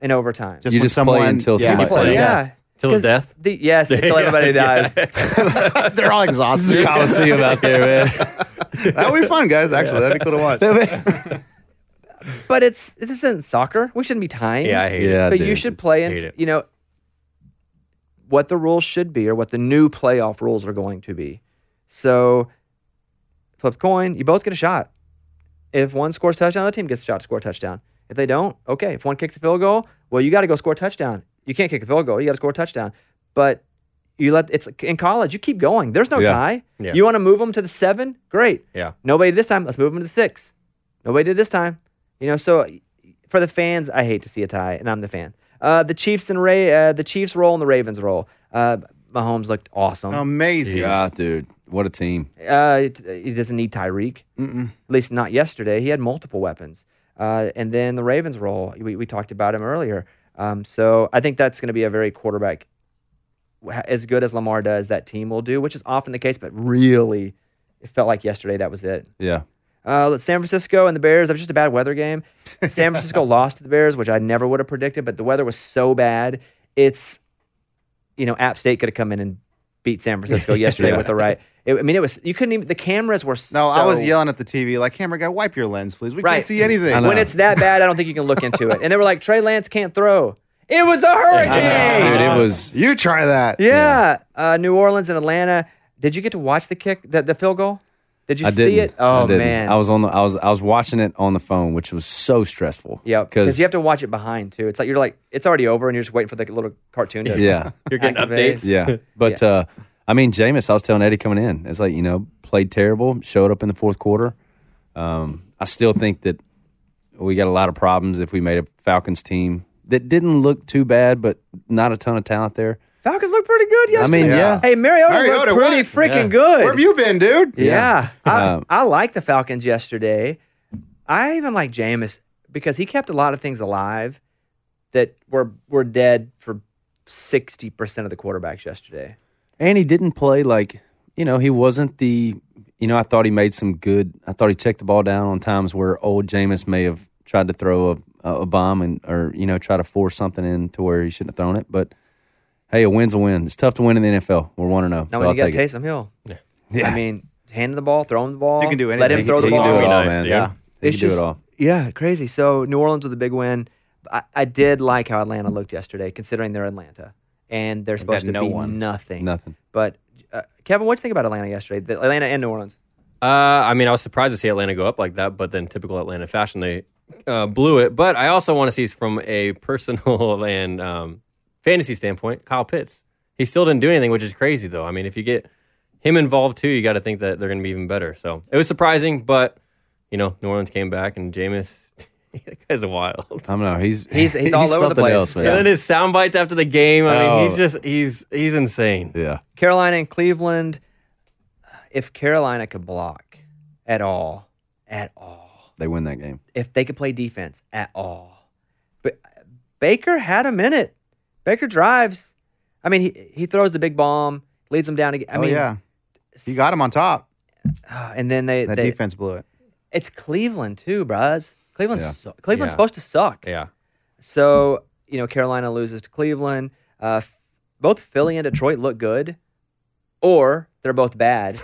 in overtime. You when just play until somebody yeah. Yeah. Till 'Cause his death? The, yes, until everybody dies. *laughs* They're all exhausted. Coliseum out there, man. *laughs* that would be fun, guys. Actually, that'd be cool to watch. But it's this isn't soccer. We shouldn't be tying. Yeah, I hate it. yeah, but you dude. should play Hate and it. you know what the rules should be or what the new playoff rules are going to be. So flip the coin, you both get a shot. If one scores a touchdown, the other team gets a shot to score a touchdown. If they don't, okay. If one kicks a field goal, well, you got to go score a touchdown. You can't kick a field goal. You got to score a touchdown. But you let it's in college. You keep going. There's no Yeah. tie. Yeah. You want to move them to the seven? Great. Yeah. Nobody did this time. Let's move them to the six. Nobody did this time. You know, so for the fans, I hate to see a tie, and I'm the fan. Uh, the Chiefs and Ray, uh, the Chiefs roll and the Ravens roll. Uh, Mahomes looked awesome. Oh, Amazing. Yeah, Ah, dude. What a team. uh, it- he doesn't need Tyreek. At least not yesterday. He had multiple weapons. Uh, and then the Ravens roll. We, we talked about him earlier. Um, so I think that's going to be a very quarterback as good as Lamar does. That team will do, which is often the case, but really, it felt like yesterday that was it. Yeah. Uh, let's- San Francisco and the Bears. That was just a bad weather game. San *laughs* Francisco lost to the Bears, which I never would have predicted, but the weather was so bad. It's, you know, App State could have come in and beat San *laughs* Francisco yesterday Yeah. with the right. It, I mean, it was, you couldn't even, the cameras were No, so, I was yelling at the TV like, "Camera guy, wipe your lens, please. We Right. can't see anything." I know. When it's that bad, I don't think you can look into it. And they were like, Trey Lance can't throw. It *laughs* was a hurricane. Dude, it was You try that. Yeah. Uh, New Orleans and Atlanta. Did you get to watch the kick, the, the field goal? Did you I see didn't. it? Oh, I didn't. man. I was on the I was I was watching it on the phone, which was so stressful. Yeah, because Because you have to watch it behind too. It's like you're like it's already over, and you're just waiting for the little cartoon. To *laughs* Yeah. You're getting Activate. *laughs* updates. Yeah. But uh I mean Jameis, I was telling Eddie coming in. It's like, you know, played terrible, showed up in the fourth quarter. Um, I still think that we got a lot of problems if we made a Falcons team that didn't look too bad, but not a ton of talent there. Falcons look pretty good I yesterday. mean, yeah. Hey, Mariota, Mariota, looked pretty what? freaking Yeah. good. Where have you been, dude? Yeah, I, Um, I like the Falcons yesterday. I even like Jameis because he kept a lot of things alive that were were dead for sixty percent of the quarterbacks yesterday. And he didn't play like, you know, he wasn't the, you know, I thought he made some good, I thought he checked the ball down on times where old Jameis may have tried to throw a, a a bomb and, or, you know, try to force something in to where he shouldn't have thrown it. But hey, a win's a win. It's tough to win in the NFL. We're 1 0. Now so when I'll you got take it. Taysom Hill, yeah. I mean, hand him the ball, throw him the ball. You can do Let him anything. throw He the can ball. do it all, Nice, man. dude. Yeah, he It's can do just- it all. Yeah, crazy. So New Orleans with a big win. I, I did like how Atlanta looked yesterday, considering they're Atlanta and they're supposed to no be one. nothing. Nothing. But uh, Kevin, what do you think about Atlanta yesterday? The- Atlanta and New Orleans. Uh, I mean, I was surprised to see Atlanta go up like that, but then typical Atlanta fashion, they uh, blew it. But I also want to see from a personal *laughs* and um, fantasy standpoint, Kyle Pitts. He still didn't do anything, which is crazy, though. I mean, if you get him involved too, you got to think that they're going to be even better. So it was surprising, but you know, New Orleans came back, and Jameis, *laughs* that guy's wild. I don't know. *laughs* He's He's- he's all over the something place. Else, man. And then his sound bites after the game. I mean, Oh. he's just he's he's insane. yeah. Carolina and Cleveland. If Carolina could block at all, at all, They win that game. if they could play defense at all, but Baker had a minute. Baker drives. I mean, he he throws the big bomb, leads them down again. I oh mean, yeah, he got him on top. ah, and then they That they, defense blew it. it's Cleveland too, bros. Cleveland's Yeah. su- Cleveland's Yeah. supposed to suck. Yeah, So you know, Carolina loses to Cleveland. Uh, f- both Philly and Detroit look good, or they're both bad.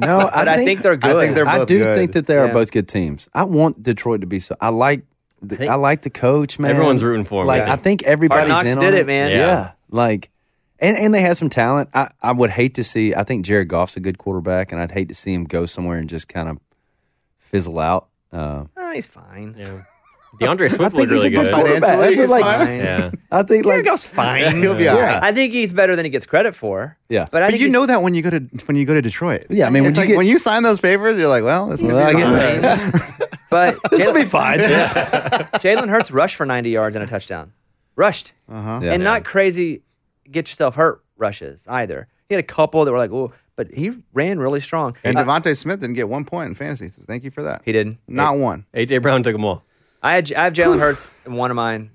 No, But I think- think they're I good. think they're I both do good. think that they Yeah. are both good teams. I want Detroit to be so. I like. The, I, like the coach, man. Everyone's rooting for him, Like yeah. I think everybody's Hard Knocks in did on it, man. Yeah. Yeah. like, and and they had some talent. I I would hate to see. I think Jared Goff's a good quarterback, and I'd hate to see him go somewhere and just kind of fizzle out. Uh, Ah, he's fine. yeah. *laughs* DeAndre Swift think looked he's really a good good. quarterback. Financially, This is he's like- fine. Fine. Yeah. I think Jared like Goff's fine. *laughs* He'll be all right. I think he's better than he gets credit for. Yeah. but I But think you he's- know that when you go to when you go to Detroit. Yeah, I mean, when it's you like get- when you sign those papers, you're like, well, this must Well, be I fine. guess- But This'll Jalen- *laughs* fine. Jalen Hurts rushed for 90 yards and a touchdown. Rushed. Uh-huh. Yeah. and not crazy get yourself hurt rushes either. He had a couple that were like, oh, but he ran really strong. And Uh, Devontae Smith didn't get one point in fantasy. So thank you for that. he didn't. Not one. AJ Brown took them all. I, had, I have Jalen Hurts in one of mine.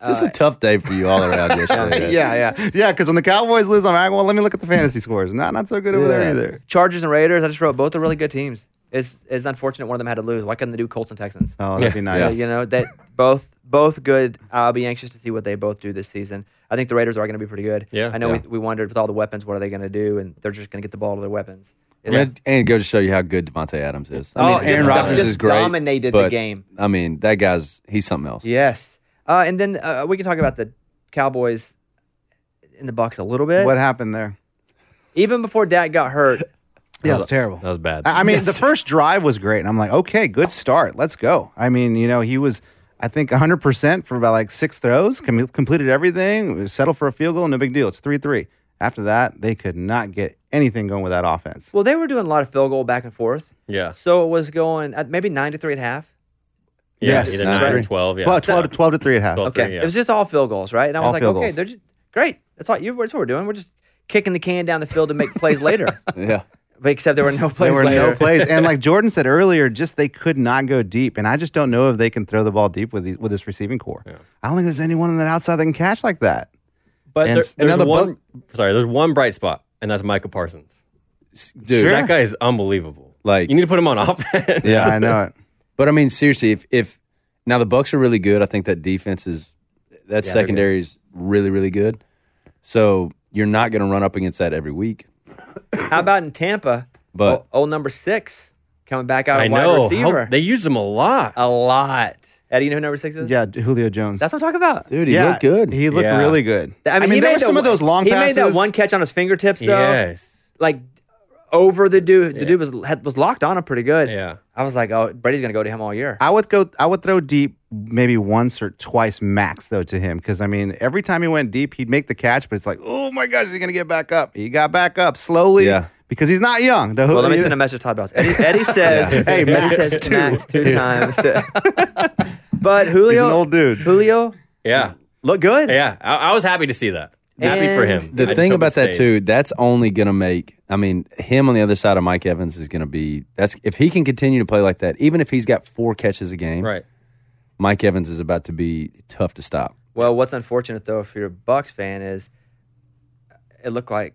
uh, Just a tough day for you all *laughs* around yesterday. man. Yeah, yeah, yeah. Because when the Cowboys lose, I'm like, well, let me look at the fantasy scores. Not not so good over there Yeah. either. Chargers and Raiders, I just wrote both are really good teams. It's, it's unfortunate one of them had to lose. Why couldn't they do Colts and Texans? Oh, that'd be Uh, nice. You know, that both both good. I'll be anxious to see what they both do this season. I think the Raiders are going to be pretty good. Yeah. I know Yeah. We, we wondered with all the weapons, what are they going to do? And they're just going to get the ball to their weapons. It's- And, and it goes to show you how good Devontae Adams is. Oh, I mean, just Aaron dom- Rodgers just is great. dominated the but, game. I mean, that guy's he's something else. Yes. Uh, and then uh, we can talk about the Cowboys in the Bucks a little bit. what happened there? Even before Dak got hurt, Yeah, it was terrible. That was bad. Ah. I I mean, the first drive was great, and I'm like, okay, good start. Let's go. I mean, you know, he was, I think, 100% for about like six throws, com- completed everything, settled for a field goal, no big deal. It's 3 3. After that, they could not get anything going with that offense. well, they were doing a lot of field goal back and forth. yeah. So it was going at maybe nine to three at half. Yes. Either Nine, 9 or three. 12. Yeah. 12, 12 to 12 to 3 at half. 12, Okay, three, it yeah. was just all field goals, right? And I was All like, field okay, goals. they're just great. That's all you. That's what we're doing. We're just kicking the can down the field to make plays later. Yeah. But except there were no plays There were later. *laughs* no plays. And like Jordan said earlier, just they could not go deep. And I just don't know if they can throw the ball deep with, these, with this receiving core. I don't think there's anyone on that outside that can catch like that. But And there, s- there's another one. sorry, there's one bright spot, and that's Michael Parsons. Dude, That guy is unbelievable. Like- you need to put him on *laughs* offense. Yeah, I know it. But I mean, seriously, if if now the Bucks are really good, I think that defense is that secondary is really really good. So you're not going to run up against that every week. How about in Tampa? But- old, old number six coming back out I of wide know. receiver Uh, How- they used him a lot. a lot. Eddie, you know who number six is? Yeah, Julio Jones. that's what I'm talking about. Dude, he yeah, looked good. He looked Yeah. really good. I mean, he there made were that some of one- those long he passes. made that one catch on his fingertips, though. yes. Like over the dude. The dude was had, was locked on him pretty good. Yeah. I was like, oh, Brady's gonna go to him all year. I would go. I would throw deep maybe once or twice max though to him because I mean every time he went deep he'd make the catch, but it's like oh my gosh he's gonna get back up. He got back up slowly Yeah. because he's not young. The- well, let me send a message to Todd Bowles. Eddie, *laughs* Eddie says, Hey, Eddie Max, says too. Max two *laughs* times. *laughs* but Julio, He's an old dude. Julio, Yeah. look good. Yeah. I, I was happy to see that. happy for him. And I The just thing hope it about that stays. too, that's only going to make. I mean, him on the other side of Mike Evans is going to be. That's if he can continue to play like that, even if he's got four catches a game. Right. Mike Evans is about to be tough to stop. Well, what's unfortunate though, if you're a Bucks fan, is it looked like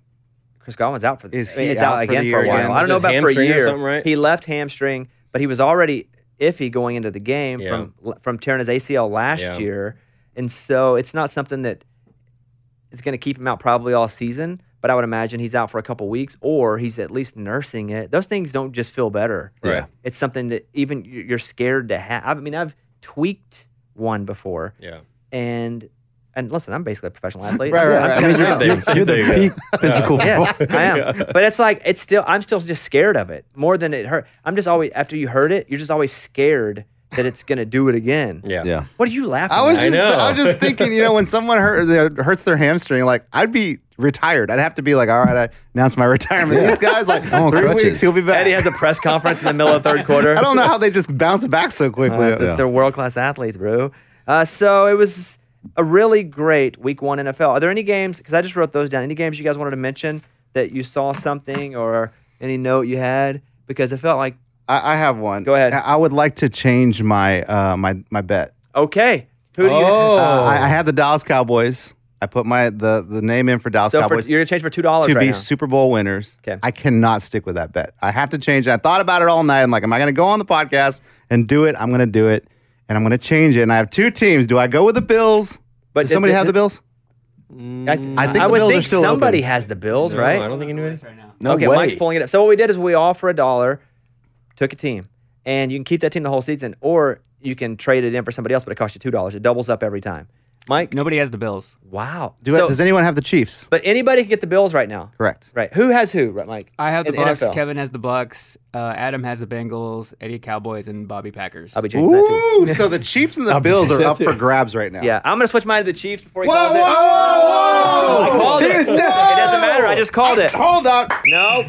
Chris Godwin's out for the Is I mean, he it's out out, for again the for a year while. again? I don't Was know his about for a hamstring or year. something, right? He left hamstring, but he was already iffy going into the game Yeah. from from tearing his ACL last Yeah. year, and so it's not something that is going to keep him out probably all season. But but I would imagine he's out for a couple weeks or he's at least nursing it. Those things don't just feel better. Right. It's something that even you- you're scared to have. I mean, I've tweaked one before. Yeah. And and listen, I'm basically a *laughs* professional athlete. Right, right, I'm right. kinda *laughs* I mean, out. you're- you're- you're the peak *laughs* physical Yes, I am. Yeah. But it's like it's still I'm still just scared of it more than it hurt. I'm just always after you heard it, you're just always scared that it's gonna do it again. Yeah. Yeah. What are you laughing? I was at? just, I, was just thinking, you know, when someone hurt, hurts their hamstring, like I'd be retired. I'd have to be like, all right, I announced my *laughs* retirement. These *laughs* guys, like I'm on three crutches. weeks, he'll be back. Eddie has a press conference in the middle of third *laughs* quarter. I don't know how they just bounce back so quickly. Uh, th- They're world class athletes, bro. Uh, so it was a really great week one NFL. Are there any games? Because I just wrote those down. Any games you guys wanted to mention that you saw something or any note you had? Because it felt like I, I have one. Go ahead. I, I would like to change my uh, my my bet. okay, who do you? Oh. Uh, I, I had the Dallas Cowboys. I put my the the name in for Dallas so for, Cowboys. you're gonna change for two dollars to right be now. Super Bowl winners. Oh, Okay. I cannot stick with that bet. I have to change. it. I thought about it all night. I'm like, am I going to go on the podcast and do it? I'm going to do it, and I'm going to change it. And I have two teams. Do I go with the Bills? But Does somebody did- have the Bills? I, th- I think I the would Bills are think still open. somebody has the Bills, No, right? I don't think anybody. right now. No okay, way. Mike's pulling it up. So what we did is we all for a dollar took a team, and you can keep that team the whole season, or you can trade it in for somebody else, but it costs you two dollars. It doubles up every time. Mike, Nobody has the Bills. wow. Do So- it, does anyone have the Chiefs? But anybody can get the Bills right now. Correct. Right. Who has who, right, Mike? I have the In Bucks. NFL. Kevin has the Bucks. Uh, Adam has the Bengals. Eddie Cowboys and Bobby Packers. I'll be changing that too. Ooh, so the Chiefs and the Bills are up for grabs right now. Yeah, I'm gonna switch mine to the Chiefs before he Whoa, calls whoa, it. whoa, I whoa! called it. It doesn't matter. I just called it. Hold up. No.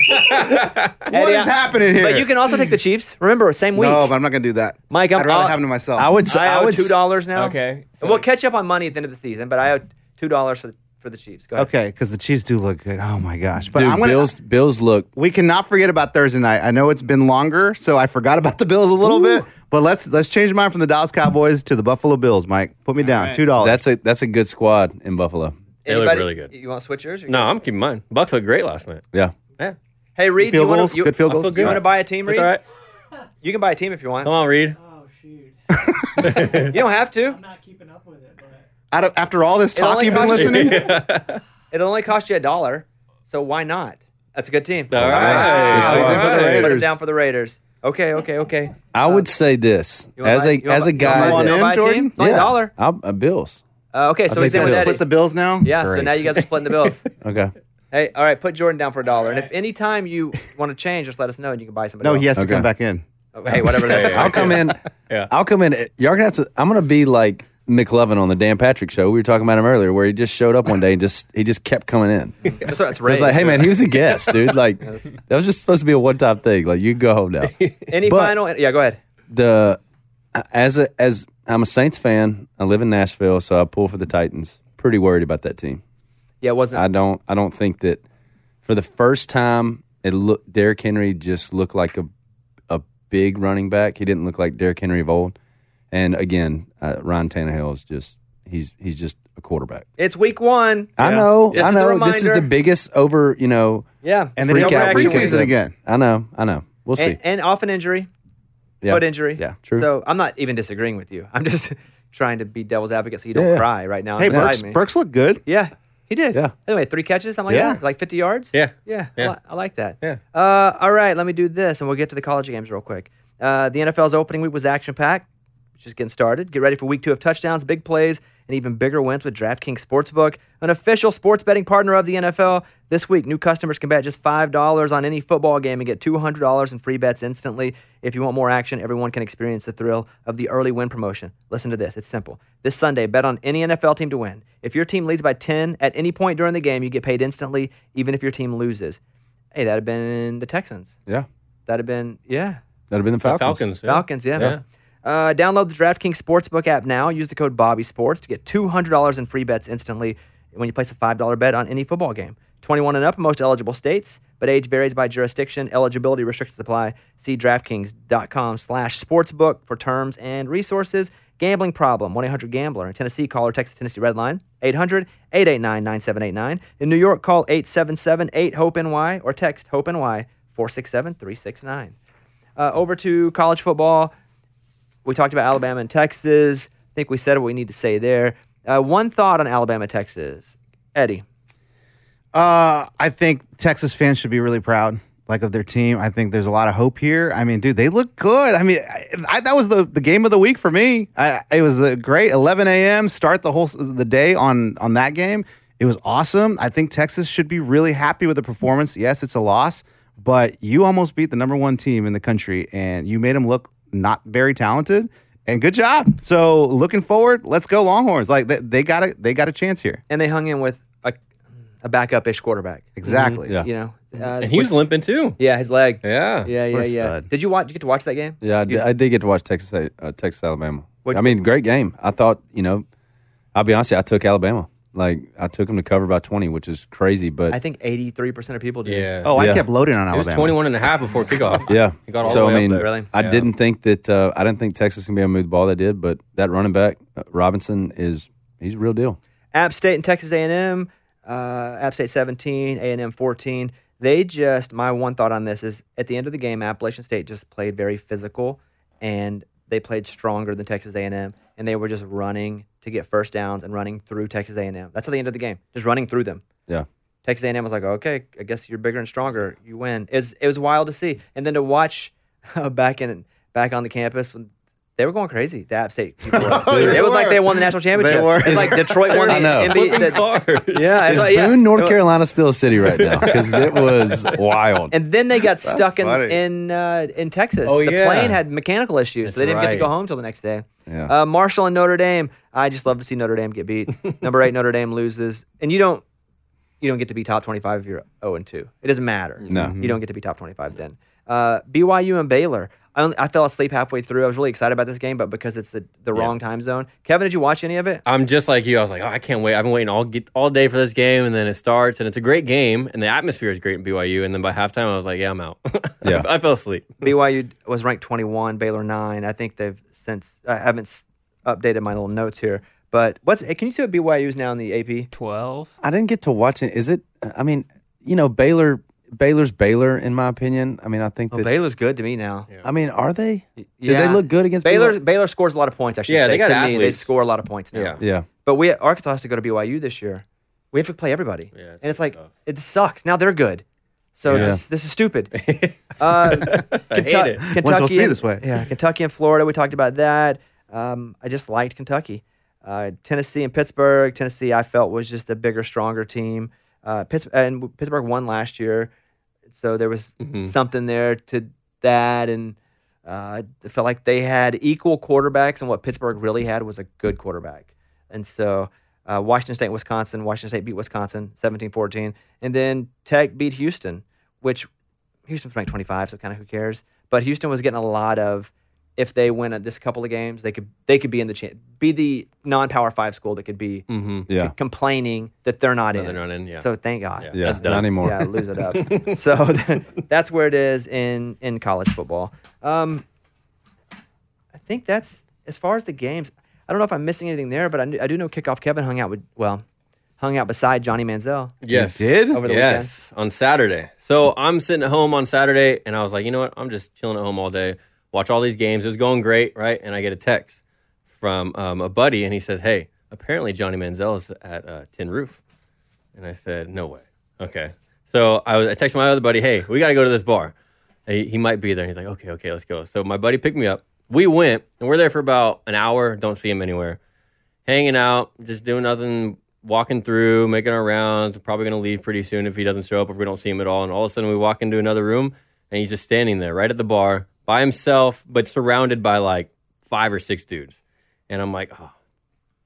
What is happening here? But you can also take the Chiefs. Remember, same week. No, but I'm not going to do that. Mike, I'm I'd rather I'll- have them to myself. I would. I, I owe would- two dollars now. Okay, so- We'll catch up on money at the end of the season, but I owe two dollars for the for the Chiefs. Go ahead. Okay, because the Chiefs do look good. Oh my gosh! But Dude, I'm gonna, Bills Bills look we cannot forget about Thursday night. I know it's been longer, so I forgot about the Bills a little bit. But let's let's change mine from the Dallas Cowboys to the Buffalo Bills. Mike, put me down right. two dollars. that's a that's a good squad in Buffalo. They look Anybody- really good. You want switchers? No, I'm keeping mine. Bucks look great last night. Yeah. Yeah. Hey, Reed, field you want goals, to you, good field goals. you want to buy a team, Reed? It's all right. You can buy a team if you want. Come on, Reed. You don't have to. Out of- after all this It only talk you've been costs you- *laughs* listening, It'll only cost you a dollar, so why not? That's a good team. All right. Wow. All He's in for the right. Put it Raiders. down for the Raiders. Okay, okay, okay. I would say this You wanna as buy- a you wanna as buy- a you wanna guy. buy- that- on you wanna in, buy a team? Jordan? Only a dollar. I'll, uh, Bills. Uh, okay, I'll so he's take in the with Bills. Eddie. split the Bills now. yeah, so now you guys are splitting the *laughs* bills. Okay. hey, all right, put Jordan down for a dollar. And if any time you want to change, just let us know and you can buy somebody. No, else. he has to Okay. come back in. Oh, Hey, whatever that *laughs* is. I'll come in. Yeah. I'll come in. Y'all gonna have to. I'm gonna be like McLevin on the Dan Patrick show. We were talking about him earlier, where he just showed up one day and just he just kept *laughs* coming in. It's That's, that's right. like, hey man, he was a guest, *laughs* dude. Like that was just supposed to be a one time thing. Like you can go home now. any but- final? Yeah, go ahead. the as a as I'm a Saints fan. I live in Nashville, so I pull for the Titans. Pretty worried about that team. Yeah, it wasn't. I don't I don't think that for the first time it looked Derrick Henry just looked like a a big running back. He didn't look like Derrick Henry of old. And again, uh, Ryan Tannehill is just he's he's just a quarterback. it's week one. I know, Just I as a know. This is the reminder. biggest over you know. Yeah. And then freak you out got weekend. preseason again. I know, I know. We'll see. and, and off an injury, yeah. foot injury. Yeah, true. So I'm not even disagreeing with you. *laughs* I'm just trying to be devil's advocate so you don't Yeah, yeah. cry right now. Hey, beside Burks, me. Burks look good. Yeah, he did. Yeah. Anyway, three catches, something like Yeah. that, like 50 yards. Yeah. Yeah. I, Yeah. li- I like that. Yeah. Uh, all right, let me do this, and we'll get to the college games real quick. Uh, the NFL's opening week was action packed, just getting started. Get ready for week two of touchdowns, big plays, and even bigger wins with DraftKings Sportsbook, an official sports betting partner of the NFL. This week, new customers can bet just $5 on any football game and get $200 in free bets instantly. If you want more action, everyone can experience the thrill of the early win promotion. Listen to this, it's simple. This Sunday, bet on any NFL team to win. If your team leads by 10 at any point during the game, you get paid instantly, even if your team loses. Hey, that'd have been the Texans. yeah, That'd have been, yeah. that'd have been the Falcons. *laughs* Falcons. yeah. *laughs* Falcons, yeah. man. Uh, download the DraftKings Sportsbook app now. Use the code BobbySports to get $200 in free bets instantly when you place a $5 bet on any football game. 21 and up in most eligible states, but age varies by jurisdiction. Eligibility restrictions apply. See DraftKings.com slash sportsbook for terms and resources. Gambling problem, 1-800-GAMBLER. In Tennessee, call or text the Tennessee Red Line, 800-889-9789. In New York, call 877-8-HOPE-NY or text HOPE-NY 467-369. Uh, over to college football. We talked about Alabama and Texas. I think we said what we need to say there. Uh, one thought on Alabama, Texas. Eddie. Uh, I think Texas fans should be really proud, like of their team. I think there's a lot of hope here. I mean, dude, they look good. I mean, I, I, that was the, the game of the week for me. I, it was a great 11 a.m. start the whole s- the day on on that game. It was awesome. I think Texas should be really happy with the performance. Yes, it's a loss, but you almost beat the number one team in the country, and you made them look not very talented. And good job. So looking forward, let's go Longhorns. Like they, they got a they got a chance here. And they hung in with a, a backup ish quarterback. Exactly. You know, uh, And he was limping too. yeah, his leg. Yeah. Yeah, yeah, What a yeah. stud. Did you watch? Did you get to watch that game? Yeah, I did, You- I did get to watch Texas A- uh, Texas Alabama. What- I mean, great game. I thought, you know, I'll be honest, with you, I took Alabama. Like I took them to cover by twenty, which is crazy, but I think eighty three percent of people did. Yeah. Oh, I Yeah. kept loading on it was Alabama. 21 and a half *laughs* before kickoff. yeah. He got all so the way I up mean, there. Really? I Yeah. didn't think that uh, I didn't think Texas can be able to move the ball. They did, but that running back uh, Robinson is he's a real deal. App State and Texas A&M, uh, App State 17, A&M 14. They just my one thought on this is at the end of the game, Appalachian State just played very physical, and they played stronger than Texas A&M, and they were just running to get first downs and running through Texas A&M. That's at the end of the game, just running through them. Yeah. Texas A&M was like, okay, I guess you're bigger and stronger. You win. It was, it was wild to see, and then to watch *laughs* uh, back in back on the campus when they were going crazy. The App State people, were- they it was like were. they won the national championship. They were. It's like Detroit won the I know. NBA. Flipping the- cars. yeah, it's Is like, yeah. Boone, North It- Carolina, still a city right now? Because it was wild. And then *laughs* they got stuck in funny. in uh, in Texas. Oh, the yeah. plane had mechanical issues, so they didn't get to right. go home till the next day. Yeah. Uh, Marshall and Notre Dame. I just love to see Notre Dame get *laughs* beat. Number eight, Notre Dame loses, and you don't you don't get to be top twenty five if you're zero and two. It doesn't matter. No. Mm-hmm. you don't get to be top twenty five then. Uh, BYU and Baylor. I, only, I fell asleep halfway through. I was really excited about this game, but because it's the, the wrong time zone. Kevin, did you watch any of it? I'm just like you. I was like, oh, I can't wait. I've been waiting all get, all day for this game, and then it starts, and it's a great game, and the atmosphere is great in BYU. And then by halftime, I was like, yeah, I'm out. *laughs* Yeah. I, fell asleep. BYU was ranked 21, Baylor 9. I think they've since I haven't s- updated my little notes here. But what's eh, can you see what BYU's now in the AP? 12. I didn't get to watch it. Is it? I mean, you know, Baylor. Baylor's Baylor, in my opinion. I mean, I think that. Well, Baylor's good to me now. I mean, are they? Did Yeah. they look good against Baylor BYU? Baylor scores a lot of points. I should Yeah, say. they got to me, they athletes. score a lot of points now. Yeah. Yeah. But we Arkansas has to go to BYU this year. We have to play everybody, Yeah, and it's it's like it sucks. Now they're good, so Yeah. this, this is stupid. uh, Kentu- hate Kentucky, it. Wasn't supposed to be and- this way. Yeah, Kentucky and Florida. We talked about that. Um, I just liked Kentucky. Uh, Tennessee and Pittsburgh. Tennessee, I felt was just a bigger, stronger team. Uh, Pitts- and Pittsburgh won last year, so there was Mm-hmm. something there to that, and uh, I felt like they had equal quarterbacks, and what Pittsburgh really had was a good quarterback. And so uh, Washington State, and Wisconsin. Washington State beat Wisconsin 17-14, and then Tech beat Houston, which Houston's ranked 25, so kind of who cares? But Houston was getting a lot of if they win at this couple of games, they could they could be in the cha- be the non-power five school that could be Mm-hmm. Yeah. complaining that they're not No, in. they're not in. Yeah. So thank God. Yeah. Yeah. That's Not dumb. anymore. Yeah, lose it up. so *laughs* that's where it is in in college football. Um, I think that's as far as the games. I don't know if I'm missing anything there, but I, kn- I do know kickoff Kevin hung out with well, hung out beside Johnny Manziel. yes. did? Over the yes. On Saturday. So I'm sitting at home on Saturday, and I was like, you know what? I'm just chilling at home all day, watch all these games. It was going great, right? And I get a text from um, a buddy, and he says, hey, apparently Johnny Manziel is at uh, Tin Roof. And I said, no way. Okay. So I, was, I texted my other buddy, hey, we got to go to this bar. He, he might be there. And he's like, okay, okay, let's go. So my buddy picked me up. We went, and we're there for about an hour. Don't see him anywhere. Hanging out, just doing nothing, walking through, making our rounds. Probably going to leave pretty soon if he doesn't show up, if we don't see him at all. And all of a sudden, we walk into another room, and he's just standing there right at the bar by himself, but surrounded by like five or six dudes. And I'm like, oh,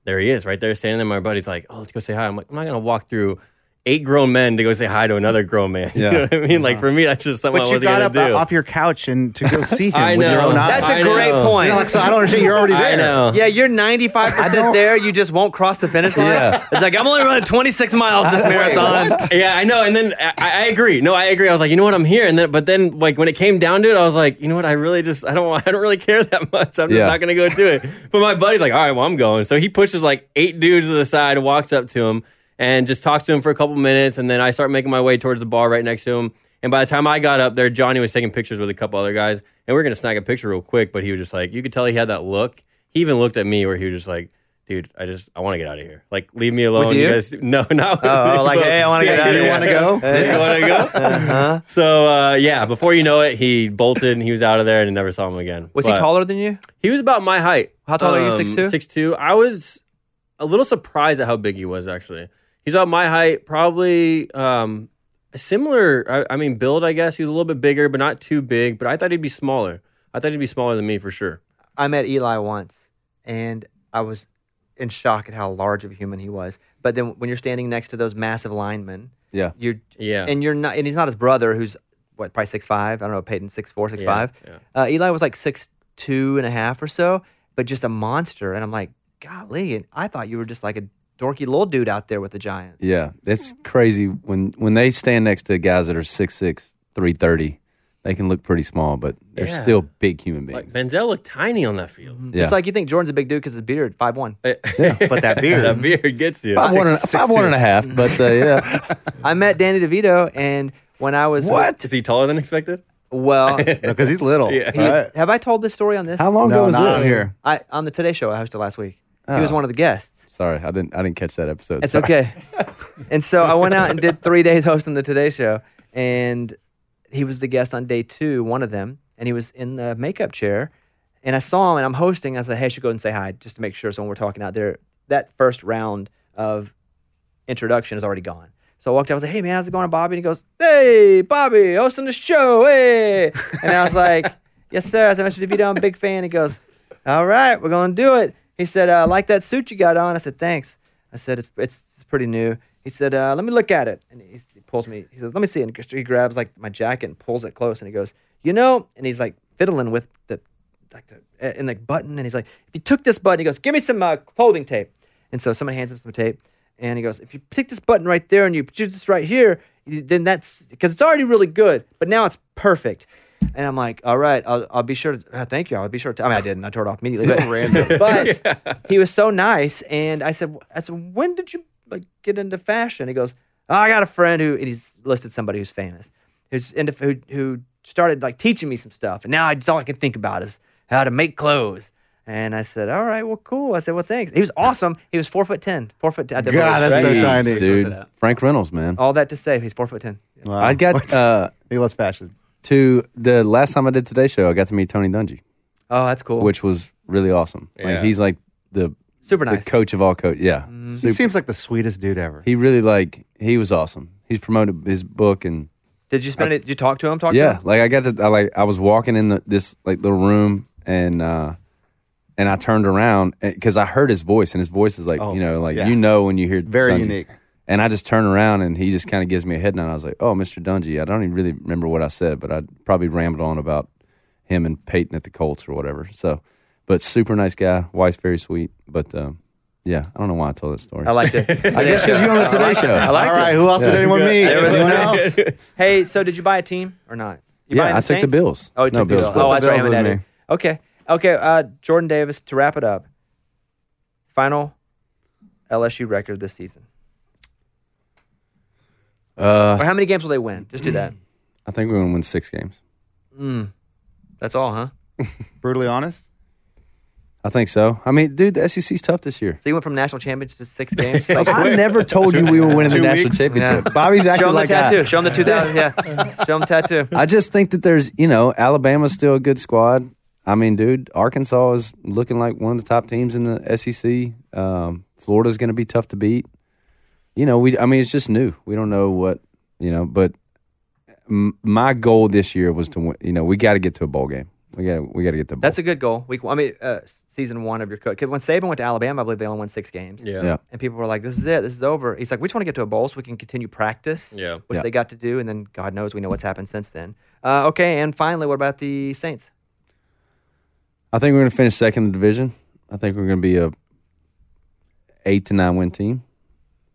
there he is right there standing there. My buddy's like, oh, let's go say hi. I'm like, I'm not going to walk through eight grown men to go say hi to another grown man. *laughs* You Yeah. know what I mean? Like, for me, that's just something Uh-huh. But I you wasn't got going up uh, to do. off your couch and to go see him I with your know. own eyes. That's a I great know. point. You're like, so I don't understand. You're already there. *laughs* *laughs* I know. Yeah, you're 95% there. You just won't cross the finish line. Yeah. It's like, I'm only running 26 miles this marathon. *laughs* Yeah, I know. And then I, I agree. No, I agree. I was like, you know what, I'm here. And then, but then, like when it came down to it, I was like, you know what, I really just, I don't, want- *laughs* I don't really care that much. I'm Yeah. just not gonna go do it. But my buddy's like, all right, well, I'm going. So he pushes like eight dudes to the side, walks up to him, and just talks to him for a couple minutes. And then I start making my way towards the bar right next to him. And by the time I got up there, Johnny was taking pictures with a couple other guys, and we are gonna snag a picture real quick. But he was just like, you could tell he had that look. He even looked at me where he was just like. dude, I just I want to get out of here. Like, leave me alone. you? guys, no, *laughs* no. Oh, oh, like, hey, I wanna get outta You here. want *laughs* to go? Yeah. You want to go? Uh-huh. So uh, yeah, before you know it, he bolted and he was out of there and I never saw him again. Was he But taller than you? He was about my height. Um, How tall are you, 6'2"? Six two. I was a little surprised at how big he was actually. He's about my height, probably um, a similar. I, I mean, build. I guess he was a little bit bigger, but not too big. But I thought he'd be smaller. I thought he'd be smaller than me for sure. I met Eli once, and I was in shock at how large of a human he was. But then when you're standing next to those massive linemen, *laughs* Yeah. you're Yeah. and you're not, and he's not his brother, who's what, probably six five. I don't know, Peyton six four, six five. yeah. Uh, Eli was like six two and a half or so, but just a monster. And I'm like, golly, and I thought you were just like a dorky little dude out there with the Giants. Yeah, it's crazy when when they stand next to guys that are 6'6", 330, They can look pretty small, but they're Yeah. still big human Like beings. Benzel looked tiny on that field. yeah. It's like you think Jordan's a big dude because his beard, five one. But that beard. that beard gets you. five, one and- six, five one and a half, but uh, yeah, I met Danny DeVito, and when I was Is he taller than expected? *laughs* well, he- because he's little. right? have I told this story on this? how long No, ago was not on this? here. I on the Today Show I hosted last week. He Oh. was one of the guests. Sorry, I didn't I didn't catch that episode. It's Sorry. okay. and so I went out and *laughs* did three days hosting the Today Show, and he was the guest on day two, one of them, and he was in the makeup chair, and I saw him, and I'm hosting. I said, "Hey, I should go and say hi just to make sure." So when we're talking out there, that first round of introduction is already gone. So I walked up, I was like, hey man, how's it going, Bobby? And he goes, hey, Bobby, hosting the show, hey. And I was like, yes, sir. I said, Mr. DeVito, I'm a big fan. He goes, all right, we're going to do it. He said, uh, I like that suit you got on. I said, thanks. I said, it's, it's, it's pretty new. He said, uh, let me look at it. And he, he pulls me, he says, let me see. And he grabs like my jacket and pulls it close. And he goes, you know, and he's like fiddling with the like the in the button, and he's like, if you took this button, he goes, give me some uh, clothing tape. And so someone hands him some tape, and he goes, if you pick this button right there and you shoot this right here, you- then that's because it's already really good, but now it's perfect. And I'm like, all right, I'll, I'll be sure to uh, thank you. I'll be sure to. I mean, I didn't. I tore it off immediately. but, random. *laughs* But he was so nice, and I said, I said, when did you like get into fashion? He goes, oh, I got a friend who and he's listed somebody who's famous who's into who, who started like teaching me some stuff, and now I, just all I can think about is how to make clothes. And I said, "All right, well, cool." I said, "Well, thanks." He was awesome. He was four foot ten, four foot. 10, at the God, most. that's so Jeez, tiny. dude. Frank Reynolds, man. all that to say, he's four foot ten. Wow. I *laughs* got uh, he loves fashion. to the last time I did Today Show, I got to meet Tony Dungy, Oh, that's cool. which was really awesome. Yeah. Like he's like the Super the nice. Mm. coach of all coach. Yeah, He seems like the sweetest dude ever. he really like he was awesome. He's promoted his book and Did you spend it? Did you talk to him? Talk to yeah, him? like I got to I, like I was walking in the, this like little room and uh and I turned around because I heard his voice and his voice is like you know like Oh, yeah. you know when you hear very Dungy. unique. And I just turn around and he just kind of gives me a head nod. I was like, oh, Mr. Dungy. I don't even really remember what I said, but I probably rambled on about him and Peyton at the Colts or whatever. So, but super nice guy. Wife's very sweet. But um, yeah, I don't know why I told that story. I liked *laughs* it. I guess 'cause you're on the Today Show. I liked All right, it. who else did anyone meet? *laughs* Anyone else? Hey, so did you buy a team or not? You Yeah, buying I took the Saints? Bills. Oh, you No, took the Bills. Bills. Split Oh, the that's right. Bills I'm an with addict. me. Okay, okay. Uh, Jordan Davis. To wrap it up, final LSU record this season. uh, Or how many games will they win? Just do that. I think we're going to win six games. *clears throat* That's all, huh? Brutally honest. I think so. I mean, dude, the SEC's tough this year. So you went from national championships to *laughs* six games. Like, I never told you we were winning the Two national weeks? championship. Bobby's show acting them the like tattoo. I, Show them the 2000. *laughs* Yeah. Show them the tattoo. I just think that there's, you know, Alabama's still a good squad. I mean, dude, Arkansas is looking like one of the top teams in the SEC. Um, Florida's going to be tough to beat. You know, we. I mean, it's just new. We don't know what you know, but m- my goal this year was to win. You know, we got to get to a bowl game. We got. to We got to get to. A bowl. That's a good goal. Week. one- I mean, uh, season one of your coach. 'Cause When Saban went to Alabama, I believe they only won six games. Yeah. yeah. And people were like, "This is it. This is over." He's like, "We just want to get to a bowl so we can continue practice." Yeah. Which Yeah. they got to do, and then God knows we know what's happened since then. Uh, okay, and finally, what about the Saints? I think we're going to finish second in the division. I think we're going to be a eight to nine win team.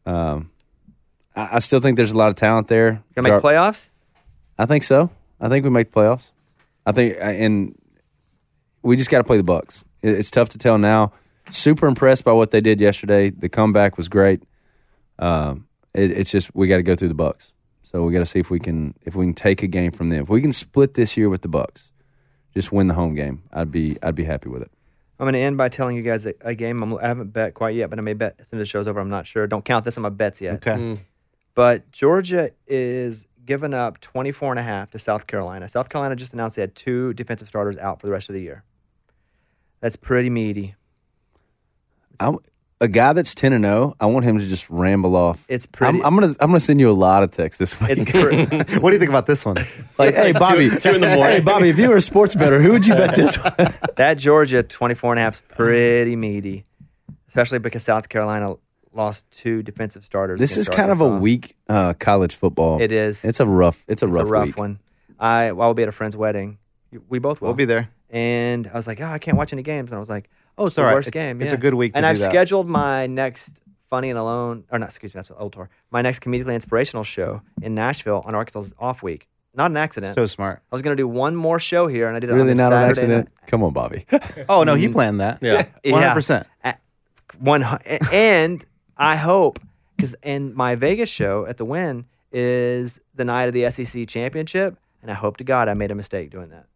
Um, I, I still think there's a lot of talent there. Gonna Jar- make playoffs? I think so. I think we make the playoffs. I think, and we just got to play the Bucks. It- It's tough to tell now. Super impressed by what they did yesterday. The comeback was great. Um, it, it's just we got to go through the Bucks. So we got to see if we can if we can take a game from them. If we can split this year with the Bucks, just win the home game. I'd be I'd be happy with it. I'm going to end by telling you guys a, a game I'm, I haven't bet quite yet, but I may bet as soon as the show's over. I'm not sure. Don't count this on my bets yet. Okay. But Georgia is giving up 24 and a half to South Carolina. South Carolina just announced they had two defensive starters out for the rest of the year. That's pretty meaty. I, a guy that's ten and zero, I want him to just ramble off. It's I'm, pretty. I'm gonna I'm gonna send you a lot of texts this week. *laughs* it's pretty. What do you think about this one? like, hey Bobby, two in the morning. Hey Bobby, if you were a sports better, who would you *laughs* bet this? on? that Georgia 24 and a half is pretty meaty, especially because South Carolina lost two defensive starters. This is against kind of a Arkansas. weak uh, college football. It is. It's a rough. It's a It's rough. a rough week. one. I, well, I will be at a friend's wedding. We both will. We'll be there. And I was like, oh, I can't watch any games. And I was like, oh, it's, the all right. worst It- game. it's a yeah. good week to And do I've that. scheduled my next Funny and Alone, or not, excuse me, that's Old Tour, my next comedically inspirational show in Nashville on Arkansas's off week. Not an accident. So smart. I was going to do one more show here, and I did it on Really this not an Saturday accident. night. Um, Come on, Bobby. *laughs* Oh no, he planned that. Yeah. Yeah. one hundred percent. one hu- a- and I hope because and my Vegas show at the Win is the night of the SEC championship, and I hope to God I made a mistake doing that.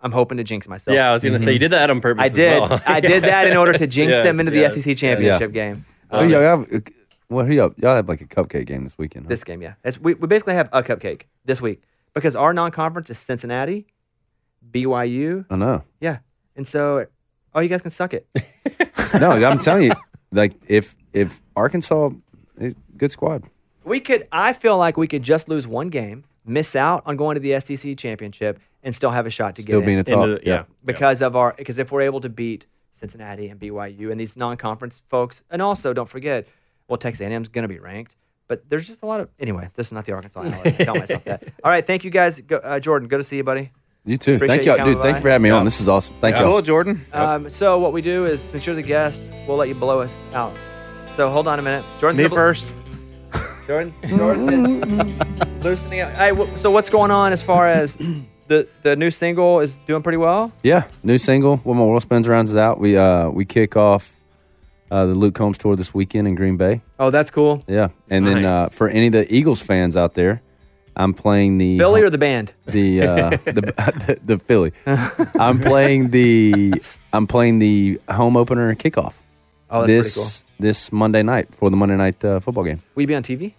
I'm hoping to jinx myself. Yeah, I was gonna say you did that on Mm-hmm. purpose. I as did. well. *laughs* I did that in order to jinx Yes, them into yes, the SEC championship game. Uh, Oh, y'all have, well, who y'all, y'all have like a cupcake game this weekend. huh? This game, yeah. It's, we, we basically have a cupcake this week because our non-conference is Cincinnati, BYU, I know. yeah, and so oh, you guys can suck it. No, I'm telling you, like if if Arkansas, eh, good squad. We could. I feel like we could just lose one game, miss out on going to the SEC championship, and still have a shot to Still get being in a top. Into the- yeah. because of our. Because if we're able to beat Cincinnati and BYU and these non-conference folks, and also don't forget, well, Texas A&M is going to be ranked, but there's just a lot of anyway. This is not the *laughs* Arkansas. Hour. I tell myself that. All right, thank you guys, go, uh, Jordan. Good to see you, buddy. You too. Appreciate Thank you y'all, coming dude. Thank by. you for having me on. This is awesome. Thank y'all. Cool, Jordan. Um, so what we do is, since you're the guest, we'll let you blow us out. So hold on a minute, Jordan's Me gonna bl- first. *laughs* Jordan's, Mm-hmm. Jordan is loosening up. Hey, wh- so what's going on as far as the the new single is doing pretty well? Yeah, new single. When my world spins around is out. We uh we kick off uh, the Luke Combs tour this weekend in Green Bay. Oh, that's cool. Yeah, and then uh, for any of the Eagles fans out there, I'm playing the Billy or the band? *laughs* the *laughs* uh, the, the the Philly. I'm playing the I'm playing the home opener kickoff. Oh, that's this pretty this Monday night for the Monday night uh, football game. cool. Will you be on TV?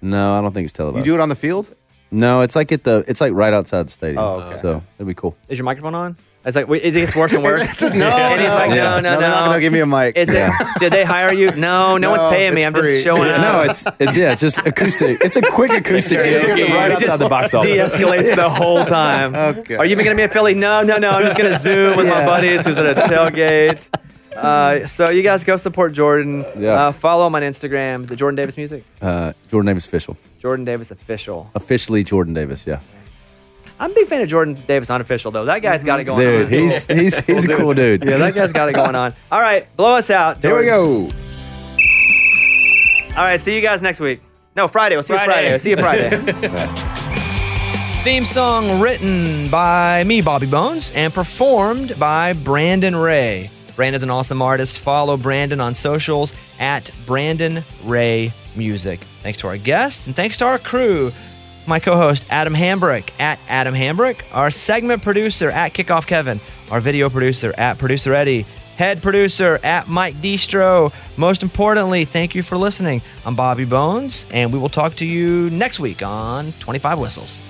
No, I don't think it's You televised. do it on the field. no, it's like at the it's like right outside the stadium. Oh, okay. So it'll be cool. Is your microphone on? It's like, wait, is it gets worse and worse? No, and he's no. like, Yeah. no, no, no. they're not gonna give me a mic. Is it? Did they hire you? No, no, No, one's paying me. it's I'm free. just showing up. No, it's it's yeah, it's just acoustic. It's a quick acoustic. It's It's right just outside the box office. De-escalates the whole *laughs* time. Okay. Are you even gonna be in Philly? No, no, no. I'm just gonna zoom with my buddies who's at a tailgate. Uh, so you guys go support Jordan. Yeah. Uh, follow him on Instagram. Is it Jordan Davis Music? Uh, Jordan Davis official, Jordan Davis official. officially Jordan Davis. Yeah, I'm a big fan of Jordan Davis unofficial though. That guy's got it going Mhm. dude, on. he's he's he's a cool dude. yeah, that guy's got it *laughs* going on. All right, blow us out. Here we Jordan. go. All right, see you guys next week. No, Friday. We'll see Friday. you Friday. See you *laughs* Friday. Theme song written by me, Bobby Bones, and performed by Brandon Ray. Brandon's an awesome artist. Follow Brandon on socials at Brandon Ray Music. Thanks to our guests and thanks to our crew. My co host, Adam Hambrick, at Adam Hambrick. Our segment producer, at Kickoff Kevin. Our video producer, at Producer Eddie. Head producer, at Mike Distro. Most importantly, thank you for listening. I'm Bobby Bones, and we will talk to you next week on 25 Whistles.